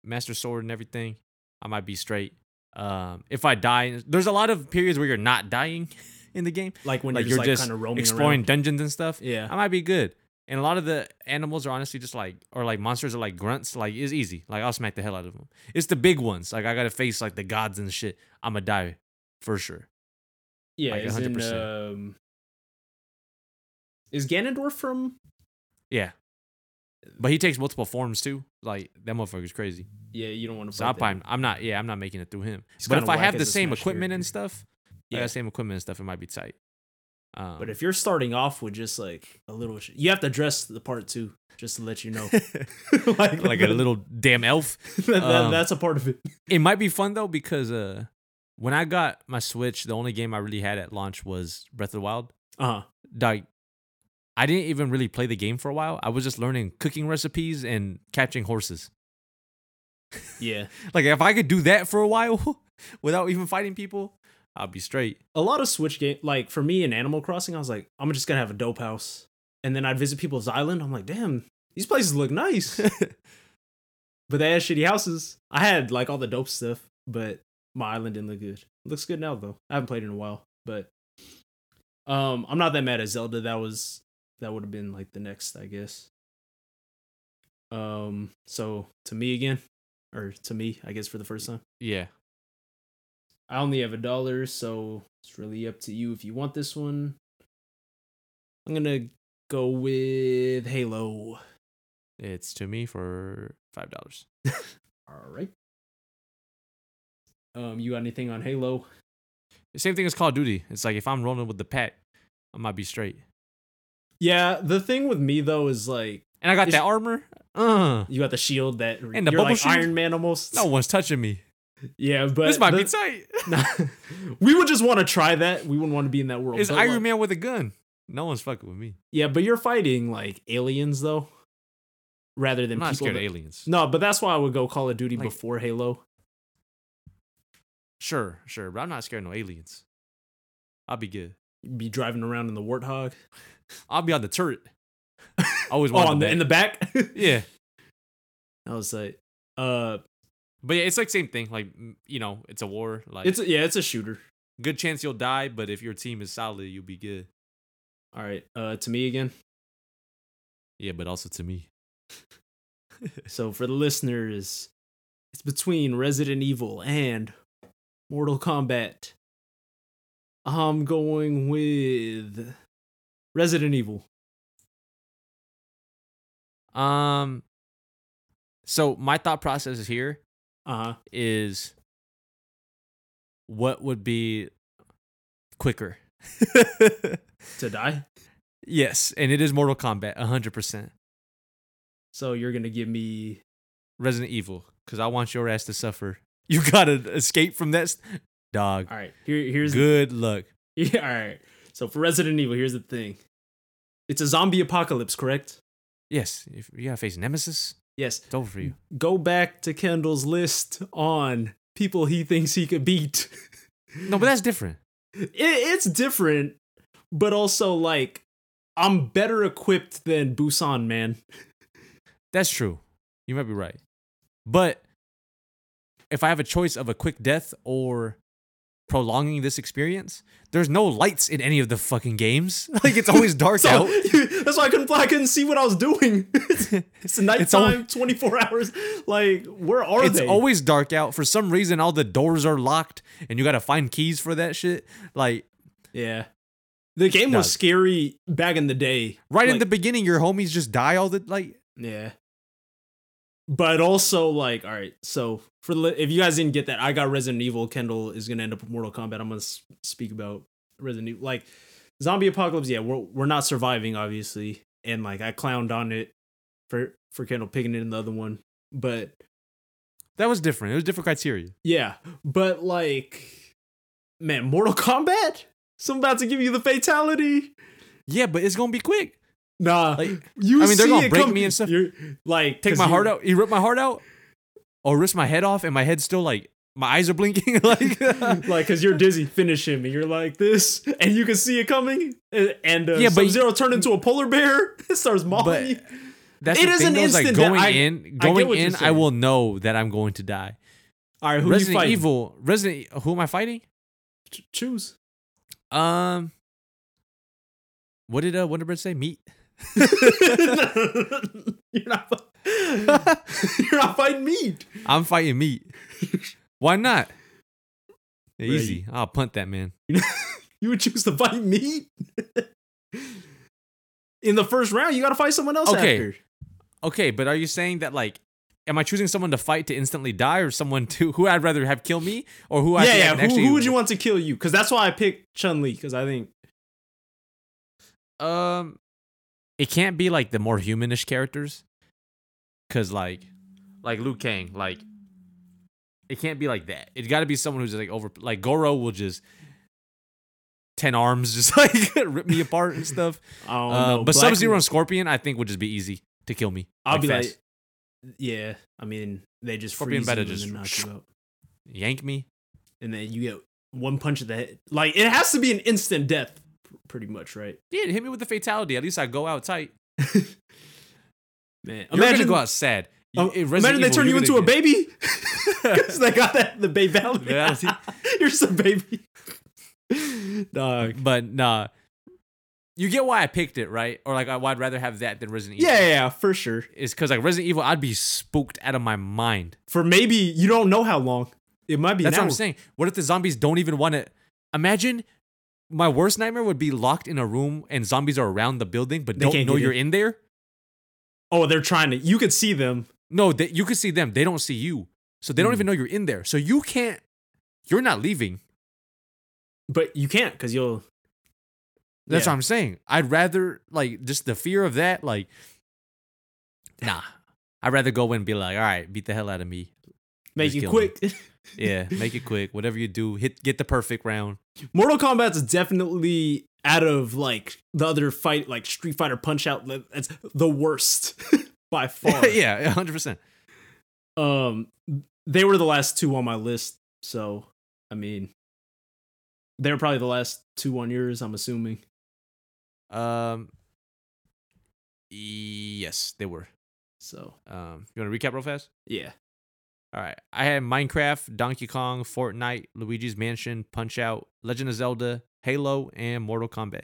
Speaker 1: Master Sword and everything, I might be straight. Um if I die, there's a lot of periods where you're not dying in the game,
Speaker 2: Like when
Speaker 1: Like,
Speaker 2: you're
Speaker 1: you're just
Speaker 2: just, like kind of roaming
Speaker 1: exploring
Speaker 2: around.
Speaker 1: dungeons and stuff.
Speaker 2: Yeah.
Speaker 1: I might be good. And a lot of the animals are honestly just like, or like monsters are like grunts. Like it's easy. Like I'll smack the hell out of them. It's the big ones. Like I gotta face like the gods and shit. I'ma die for sure.
Speaker 2: Yeah,
Speaker 1: Like,
Speaker 2: is
Speaker 1: 100%.
Speaker 2: um, is Ganondorf from?
Speaker 1: Yeah. But he takes multiple forms too. Like that motherfucker's crazy.
Speaker 2: Yeah, you don't want to.
Speaker 1: So I'm, fine- I'm not. Yeah, I'm not making it through him.
Speaker 2: He's
Speaker 1: but
Speaker 2: kinda
Speaker 1: if I
Speaker 2: whack
Speaker 1: have
Speaker 2: as
Speaker 1: the
Speaker 2: a
Speaker 1: same
Speaker 2: Smash
Speaker 1: equipment
Speaker 2: character.
Speaker 1: and stuff, yeah,
Speaker 2: Yeah.
Speaker 1: the same equipment and stuff, it might be tight. Um,
Speaker 2: But if you're starting off with just like a little, sh- you have to dress the part too, just to let you know. like
Speaker 1: like a little damn elf,
Speaker 2: that- that-
Speaker 1: um,
Speaker 2: that's a part of it.
Speaker 1: it might be fun though because uh, when I got my Switch, the only game I really had at launch was Breath of the Wild.
Speaker 2: Uh huh.
Speaker 1: uh-huh. Like, I didn't even really play the game for a while. I was just learning cooking recipes and catching horses.
Speaker 2: Yeah.
Speaker 1: Like if I could do that for a while without even fighting people, I'll be straight.
Speaker 2: A lot of Switch game, like for me in Animal Crossing, I was like, I'm just gonna have a dope house, and then I'd visit people's island. I'm like, damn, these places look nice, but they had shitty houses. I had like all the dope stuff, but my island didn't look good. looks good now though. I haven't played in a while, but um, I'm not that mad at Zelda. That was that would have been like the next, I guess. Um, so to me again, or to me, I guess for the first time.
Speaker 1: Yeah.
Speaker 2: I only have a dollar, so it's really up to you if you want this one. I'm gonna go with Halo.
Speaker 1: It's to me for five dollars.
Speaker 2: All right. Um, you got anything on Halo?
Speaker 1: The same thing as Call of Duty. It's like if I'm rolling with the pack, I might be straight.
Speaker 2: Yeah, the thing with me though is like
Speaker 1: And I got
Speaker 2: Is-
Speaker 1: that armor. Uh,
Speaker 2: you got the shield that
Speaker 1: And the
Speaker 2: you're
Speaker 1: bubble
Speaker 2: like
Speaker 1: shield?
Speaker 2: Iron Man almost.
Speaker 1: no one's touching me.
Speaker 2: yeah, but
Speaker 1: this might be
Speaker 2: the-
Speaker 1: tight.
Speaker 2: Nah. we would just want to try that. We wouldn't want to be in that world.
Speaker 1: It's
Speaker 2: but, like-
Speaker 1: Iron Man with a gun. No one's fucking with me.
Speaker 2: Yeah, but you're fighting like aliens though, rather than
Speaker 1: I'm not
Speaker 2: people.
Speaker 1: scared
Speaker 2: that-
Speaker 1: of aliens.
Speaker 2: No, but that's why I would go Call of Duty
Speaker 1: Like-
Speaker 2: before Halo.
Speaker 1: Sure, sure, but I'm not scared of no aliens. I'll be good.
Speaker 2: be driving around in the warthog.
Speaker 1: I'll be on the turret. I Always
Speaker 2: Oh,
Speaker 1: wanted
Speaker 2: on the, in the
Speaker 1: that.
Speaker 2: back.
Speaker 1: yeah.
Speaker 2: I was like, uh,
Speaker 1: But yeah, it's like same thing. Like m- you know, it's a war. Like
Speaker 2: it's a, yeah, it's a shooter.
Speaker 1: good chance you'll die, but if your team is solid, you'll be good.
Speaker 2: All right, uh, to me again.
Speaker 1: Yeah, but also to me.
Speaker 2: So for the listeners, it's between Resident Evil and Mortal Kombat. I'm going with Resident Evil.
Speaker 1: Um, So my thought process is here
Speaker 2: Uh huh.
Speaker 1: is what would be quicker?
Speaker 2: To die.
Speaker 1: yes, and it is Mortal Kombat, 100%.
Speaker 2: So you're gonna give me
Speaker 1: Resident Evil, because I want your ass to suffer. You gotta escape from that st- dog.
Speaker 2: all right. Here, here's
Speaker 1: Good luck.
Speaker 2: Yeah, all right. So for Resident Evil, here's the thing. It's a zombie apocalypse, correct?
Speaker 1: Yes, if you gotta face Nemesis,
Speaker 2: Yes.
Speaker 1: it's over for you.
Speaker 2: Go back to Kendall's list on people he thinks he could beat.
Speaker 1: No, but that's different.
Speaker 2: It, it's different, but also like I'm better equipped than Busan, man.
Speaker 1: That's true. You might be right. But if I have a choice of a quick death or prolonging this experience, there's no lights in any of the fucking games. Like it's always dark
Speaker 2: So
Speaker 1: out.
Speaker 2: that's why I couldn't I couldn't see what I was doing. it's nighttime,
Speaker 1: al-
Speaker 2: 24 hours. Like where are
Speaker 1: It's
Speaker 2: they?
Speaker 1: always dark out. For some reason, all the doors are locked, and you gotta find keys for that shit. Like
Speaker 2: yeah. The game was
Speaker 1: Dog.
Speaker 2: scary back in the day.
Speaker 1: right in
Speaker 2: Like-
Speaker 1: the beginning, your homies just die all the like.
Speaker 2: Yeah. But also, like, all right. So, for li- if you guys didn't get that, I got Resident Evil. Kendall is gonna end up with Mortal Kombat. I'm gonna s- speak about Resident Evil, like zombie apocalypse. Yeah, we're we're not surviving, obviously. And like, I clowned on it for for Kendall picking it in the other one. But
Speaker 1: That was different. It was different criteria.
Speaker 2: yeah, but like, man, Mortal Kombat. So I'm about to give you the fatality.
Speaker 1: Yeah, but it's gonna be quick.
Speaker 2: Nah,
Speaker 1: Like,
Speaker 2: you.
Speaker 1: I mean, they're
Speaker 2: see
Speaker 1: gonna
Speaker 2: it
Speaker 1: break
Speaker 2: come-
Speaker 1: me and stuff.
Speaker 2: You're, like,
Speaker 1: take
Speaker 2: 'cause
Speaker 1: my
Speaker 2: you-
Speaker 1: heart out. He ripped my heart out, or ripped my head off, and my head's still like my eyes are blinking. like,
Speaker 2: like because you're dizzy finish him and you're like this and you can see it coming and- and uh,
Speaker 1: Yeah, but-
Speaker 2: Sub-Zero turned into a polar bear it starts mauling
Speaker 1: But
Speaker 2: you.
Speaker 1: that's
Speaker 2: it
Speaker 1: the
Speaker 2: is
Speaker 1: thing,
Speaker 2: an
Speaker 1: though, is, like
Speaker 2: instant that
Speaker 1: going
Speaker 2: I-
Speaker 1: in,
Speaker 2: I get
Speaker 1: going
Speaker 2: what you're
Speaker 1: in, I
Speaker 2: saying.
Speaker 1: will know that I'm going to die.
Speaker 2: all right who you
Speaker 1: Resident
Speaker 2: fighting?
Speaker 1: Evil, Resident. Who am I fighting?
Speaker 2: Ch- choose
Speaker 1: Um, what did uh, what did Brett say? Meat.
Speaker 2: you're not fi- you're not fighting meat
Speaker 1: I'm fighting meat. Why not?
Speaker 2: Right.
Speaker 1: Easy. I'll punt that man.
Speaker 2: you would choose to fight meat in the first round you gotta fight someone else
Speaker 1: Okay.
Speaker 2: after
Speaker 1: Okay, but are you saying that like? Am I choosing someone to fight to instantly die, or someone to who I'd rather have kill me, or who I think
Speaker 2: yeah
Speaker 1: I
Speaker 2: yeah
Speaker 1: can
Speaker 2: who,
Speaker 1: actually
Speaker 2: who would you want to kill you because that's why I picked Chun-Li because I think
Speaker 1: Um, it can't be like the more humanish characters, cause like, like Liu Kang, like, it can't be like that. It's got to be someone who's like over, like Goro will just ten arms, just like rip me apart and stuff.
Speaker 2: I
Speaker 1: Uh,
Speaker 2: don't know
Speaker 1: but
Speaker 2: Oh, Black-
Speaker 1: Sub Zero and Scorpion, I think would just be easy to kill me.
Speaker 2: I'll be
Speaker 1: fast.
Speaker 2: like, yeah. I mean, they just
Speaker 1: Scorpion
Speaker 2: freeze
Speaker 1: better
Speaker 2: you
Speaker 1: just
Speaker 2: and then knock you out,
Speaker 1: yank me.
Speaker 2: and then you get one punch of the head. Like it has to be an instant death, pr- pretty much, right?
Speaker 1: Yeah, hit me with the fatality. At least I go out tight.
Speaker 2: Man,
Speaker 1: Imagine
Speaker 2: imagine
Speaker 1: go out sad. You-
Speaker 2: um,
Speaker 1: in Resident
Speaker 2: imagine they
Speaker 1: Evil,
Speaker 2: turn
Speaker 1: you're
Speaker 2: you into a
Speaker 1: gonna
Speaker 2: baby. 'Cause they got that the baby.
Speaker 1: Baby.
Speaker 2: You're just a baby.
Speaker 1: get- But nah, you get why I picked it, right? Or like, I- why I'd rather have that than Resident Evil.
Speaker 2: Yeah, yeah, yeah, for sure.
Speaker 1: is because like Resident Evil, I'd be spooked out of my mind.
Speaker 2: For maybe you don't know how long. It might be
Speaker 1: That's
Speaker 2: an
Speaker 1: what I'm
Speaker 2: hour.
Speaker 1: saying. What if the zombies don't even want to? Imagine my worst nightmare would be locked in a room and zombies are around the building, but
Speaker 2: They
Speaker 1: don't
Speaker 2: can't
Speaker 1: know
Speaker 2: get
Speaker 1: you're in there.
Speaker 2: Oh, they're trying to. You could see them.
Speaker 1: No, they, you can see them. They don't see you, so they don't
Speaker 2: Mm.
Speaker 1: even know you're in there. So you can't. You're not leaving.
Speaker 2: But you can't because you'll.
Speaker 1: That's
Speaker 2: Yeah.
Speaker 1: what I'm saying. I'd rather like just the fear of that. Like, nah. I'd rather go in and be like, all right, beat the hell out of me.
Speaker 2: make
Speaker 1: Just
Speaker 2: it
Speaker 1: kill
Speaker 2: quick.
Speaker 1: Yeah, make it quick. Whatever you do, hit get the perfect round.
Speaker 2: Mortal Kombat's definitely out of like the other fight, like Street Fighter Punch Out. like, That's the worst by far.
Speaker 1: yeah, 100. percent
Speaker 2: Um, they were the last two on my list, so I mean, they're probably the last two on yours. I'm assuming.
Speaker 1: Um. Yes, they were.
Speaker 2: So
Speaker 1: Um, you want to recap real fast?
Speaker 2: yeah,
Speaker 1: All right. I had Minecraft, Donkey Kong, Fortnite, Luigi's Mansion, Punch Out, Legend of Zelda, Halo, and Mortal Kombat.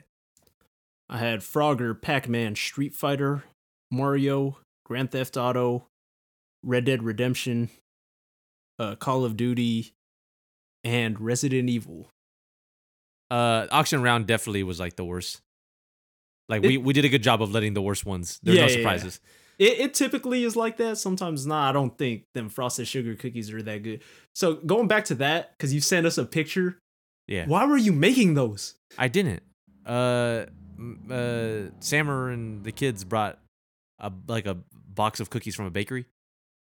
Speaker 2: I had Frogger, Pac Man, Street Fighter, Mario, Grand Theft Auto, Red Dead Redemption, uh, Call of Duty, and Resident Evil.
Speaker 1: Uh, auction round definitely was like the worst. Like we we did a good job of letting the worst ones. There's
Speaker 2: Yeah,
Speaker 1: no
Speaker 2: yeah, yeah.
Speaker 1: surprises.
Speaker 2: It, it typically is like that. Sometimes not. I don't think them frosted sugar cookies are that good. So going back to that, because you sent us a picture.
Speaker 1: Yeah.
Speaker 2: Why were you making those?
Speaker 1: I didn't. Uh, m- uh, Sammer and the kids brought a like a box of cookies from a bakery,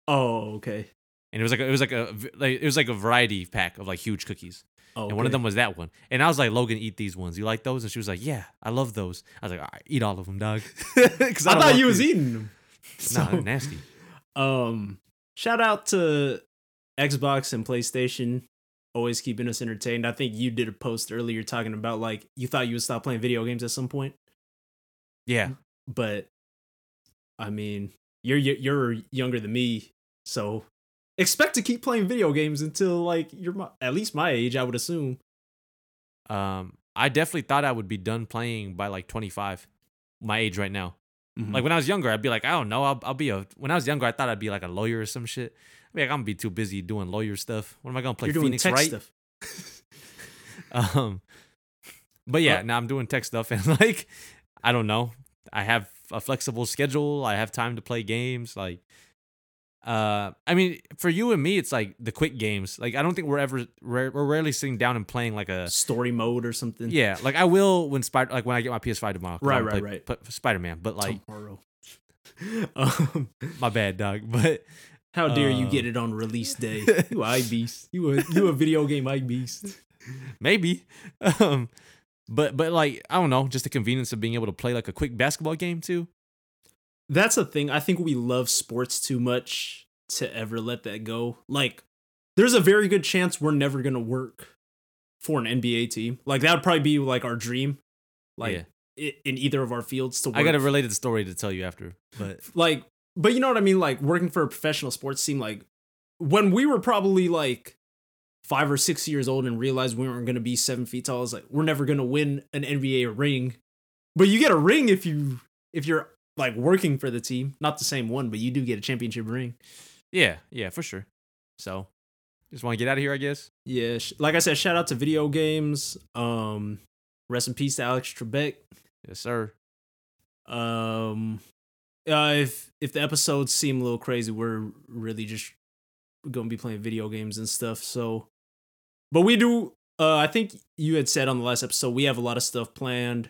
Speaker 2: Oh, okay.
Speaker 1: and it was like a, it was like a v- like, it was like a variety pack of like huge cookies,
Speaker 2: Oh,
Speaker 1: and one of them was that one. And I was like, Logan, eat these ones. You like those? And she was like, Yeah, I love those. I was like, All right, eat all of them, dog. Because
Speaker 2: I, thought you was eating them.
Speaker 1: Nah,
Speaker 2: So,
Speaker 1: nasty.
Speaker 2: um, shout out to Xbox and PlayStation, always keeping us entertained. I think you did a post earlier talking about like you thought you would stop playing video games at some point.
Speaker 1: Yeah,
Speaker 2: but I mean, you're you're- you're younger than me, so expect to keep playing video games until like you're my, at least my age, I would assume.
Speaker 1: um, I definitely thought I would be done playing by like 25, my age right now.
Speaker 2: Mm-hmm.
Speaker 1: Like when I was younger, I'd be like, I don't know, I'll, I'll be a. When I was younger, I thought I'd be like a lawyer or some shit. I'd be like, I'm gonna be too busy doing lawyer stuff. What am I gonna play?
Speaker 2: you're doing
Speaker 1: Phoenix
Speaker 2: tech
Speaker 1: Wright?
Speaker 2: stuff.
Speaker 1: Um, but yeah,
Speaker 2: Uh,
Speaker 1: now I'm doing tech stuff and like, I don't know. I have a flexible schedule. I have time to play games. Like, uh, I mean, for you and me, it's like the quick games. Like, I don't think we're ever we're we're rarely sitting down and playing like a
Speaker 2: story mode or something.
Speaker 1: yeah. Like I will when spider like when I get my PS5 tomorrow. 'cause I
Speaker 2: Right,
Speaker 1: wanna
Speaker 2: right,
Speaker 1: play
Speaker 2: right.
Speaker 1: Spider Man, but like
Speaker 2: tomorrow. um,
Speaker 1: my bad, dog. But
Speaker 2: how dare you
Speaker 1: Uh,
Speaker 2: get it on release day? you eye beast. You a you a video game eye beast.
Speaker 1: maybe um but but like i don't know just the convenience of being able to play like a quick basketball game too
Speaker 2: that's the thing. I think we love sports too much to ever let that go. Like, there's a very good chance we're never gonna work for an NBA team. Like that would probably be like our dream, like i in either of our fields to work.
Speaker 1: i got a related story to tell you after but
Speaker 2: like, but you know what I mean. Like working for a professional sports team. Like when we were probably like five or six years old and realized we weren't gonna be seven feet tall. It's like we're never gonna win an NBA ring. But you get a ring if you if you're like working for the team, not the same one, but you do get a championship ring.
Speaker 1: yeah yeah for sure so just want to get out of here i guess
Speaker 2: Yeah, sh- like I said, shout out to video games. Um, rest in peace to Alex Trebek.
Speaker 1: yes sir
Speaker 2: Um, uh, if if the episodes seem a little crazy, we're really just gonna be playing video games and stuff. So, but we do. Uh, I think you had said on the last episode we have a lot of stuff planned.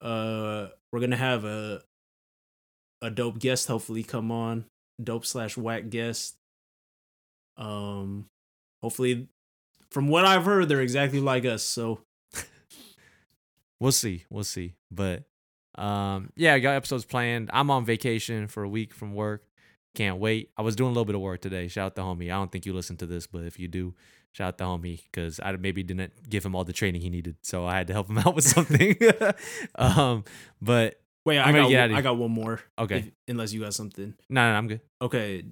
Speaker 2: Uh, we're gonna have a a dope guest hopefully come on, dope slash whack guest. Um, hopefully, from what I've heard, they're exactly like us. So
Speaker 1: we'll see we'll see but um yeah i got episodes planned i'm on vacation for a week from work can't wait i was doing a little bit of work today shout out to homie i don't think you listen to this but if you do shout out to homie because i maybe didn't give him all the training he needed so i had to help him out with something um but
Speaker 2: wait, I
Speaker 1: I'm gonna
Speaker 2: got
Speaker 1: get
Speaker 2: one-
Speaker 1: outta here.
Speaker 2: I got one more.
Speaker 1: okay
Speaker 2: if- unless you got something.
Speaker 1: no no, no i'm good
Speaker 2: Okay.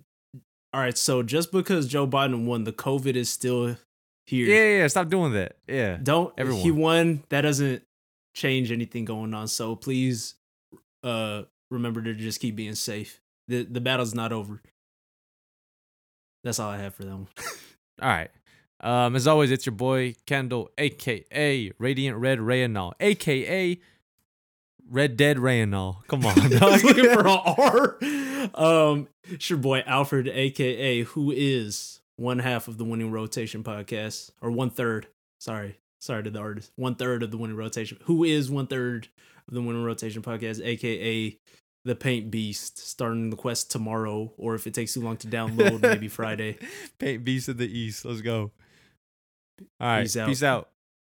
Speaker 2: All right. So just because Joe Biden won, the COVID is still here.
Speaker 1: Yeah, yeah, yeah, stop doing that. Yeah.
Speaker 2: Don't
Speaker 1: everyone.
Speaker 2: he won? That doesn't change anything going on. So please, uh, remember to just keep being safe. the The battle's not over. That's all I have for them.
Speaker 1: All right. Um, as always, it's your boy Kendall, aka Radiant Red Rayanol, aka Red Dead Rayanol. Come on,
Speaker 2: I was looking
Speaker 1: dog.
Speaker 2: for an R. Um, it's your boy Alfred, aka who is one half of the Winning Rotation podcast, or one third. Sorry, sorry to the artist. One third of the Winning Rotation. Who is one third of the Winning Rotation podcast, aka the Paint Beast, starting the quest tomorrow, or if it takes too long to download, maybe Friday.
Speaker 1: Paint Beast of the East. Let's go. All right.
Speaker 2: Peace out.
Speaker 1: Peace out.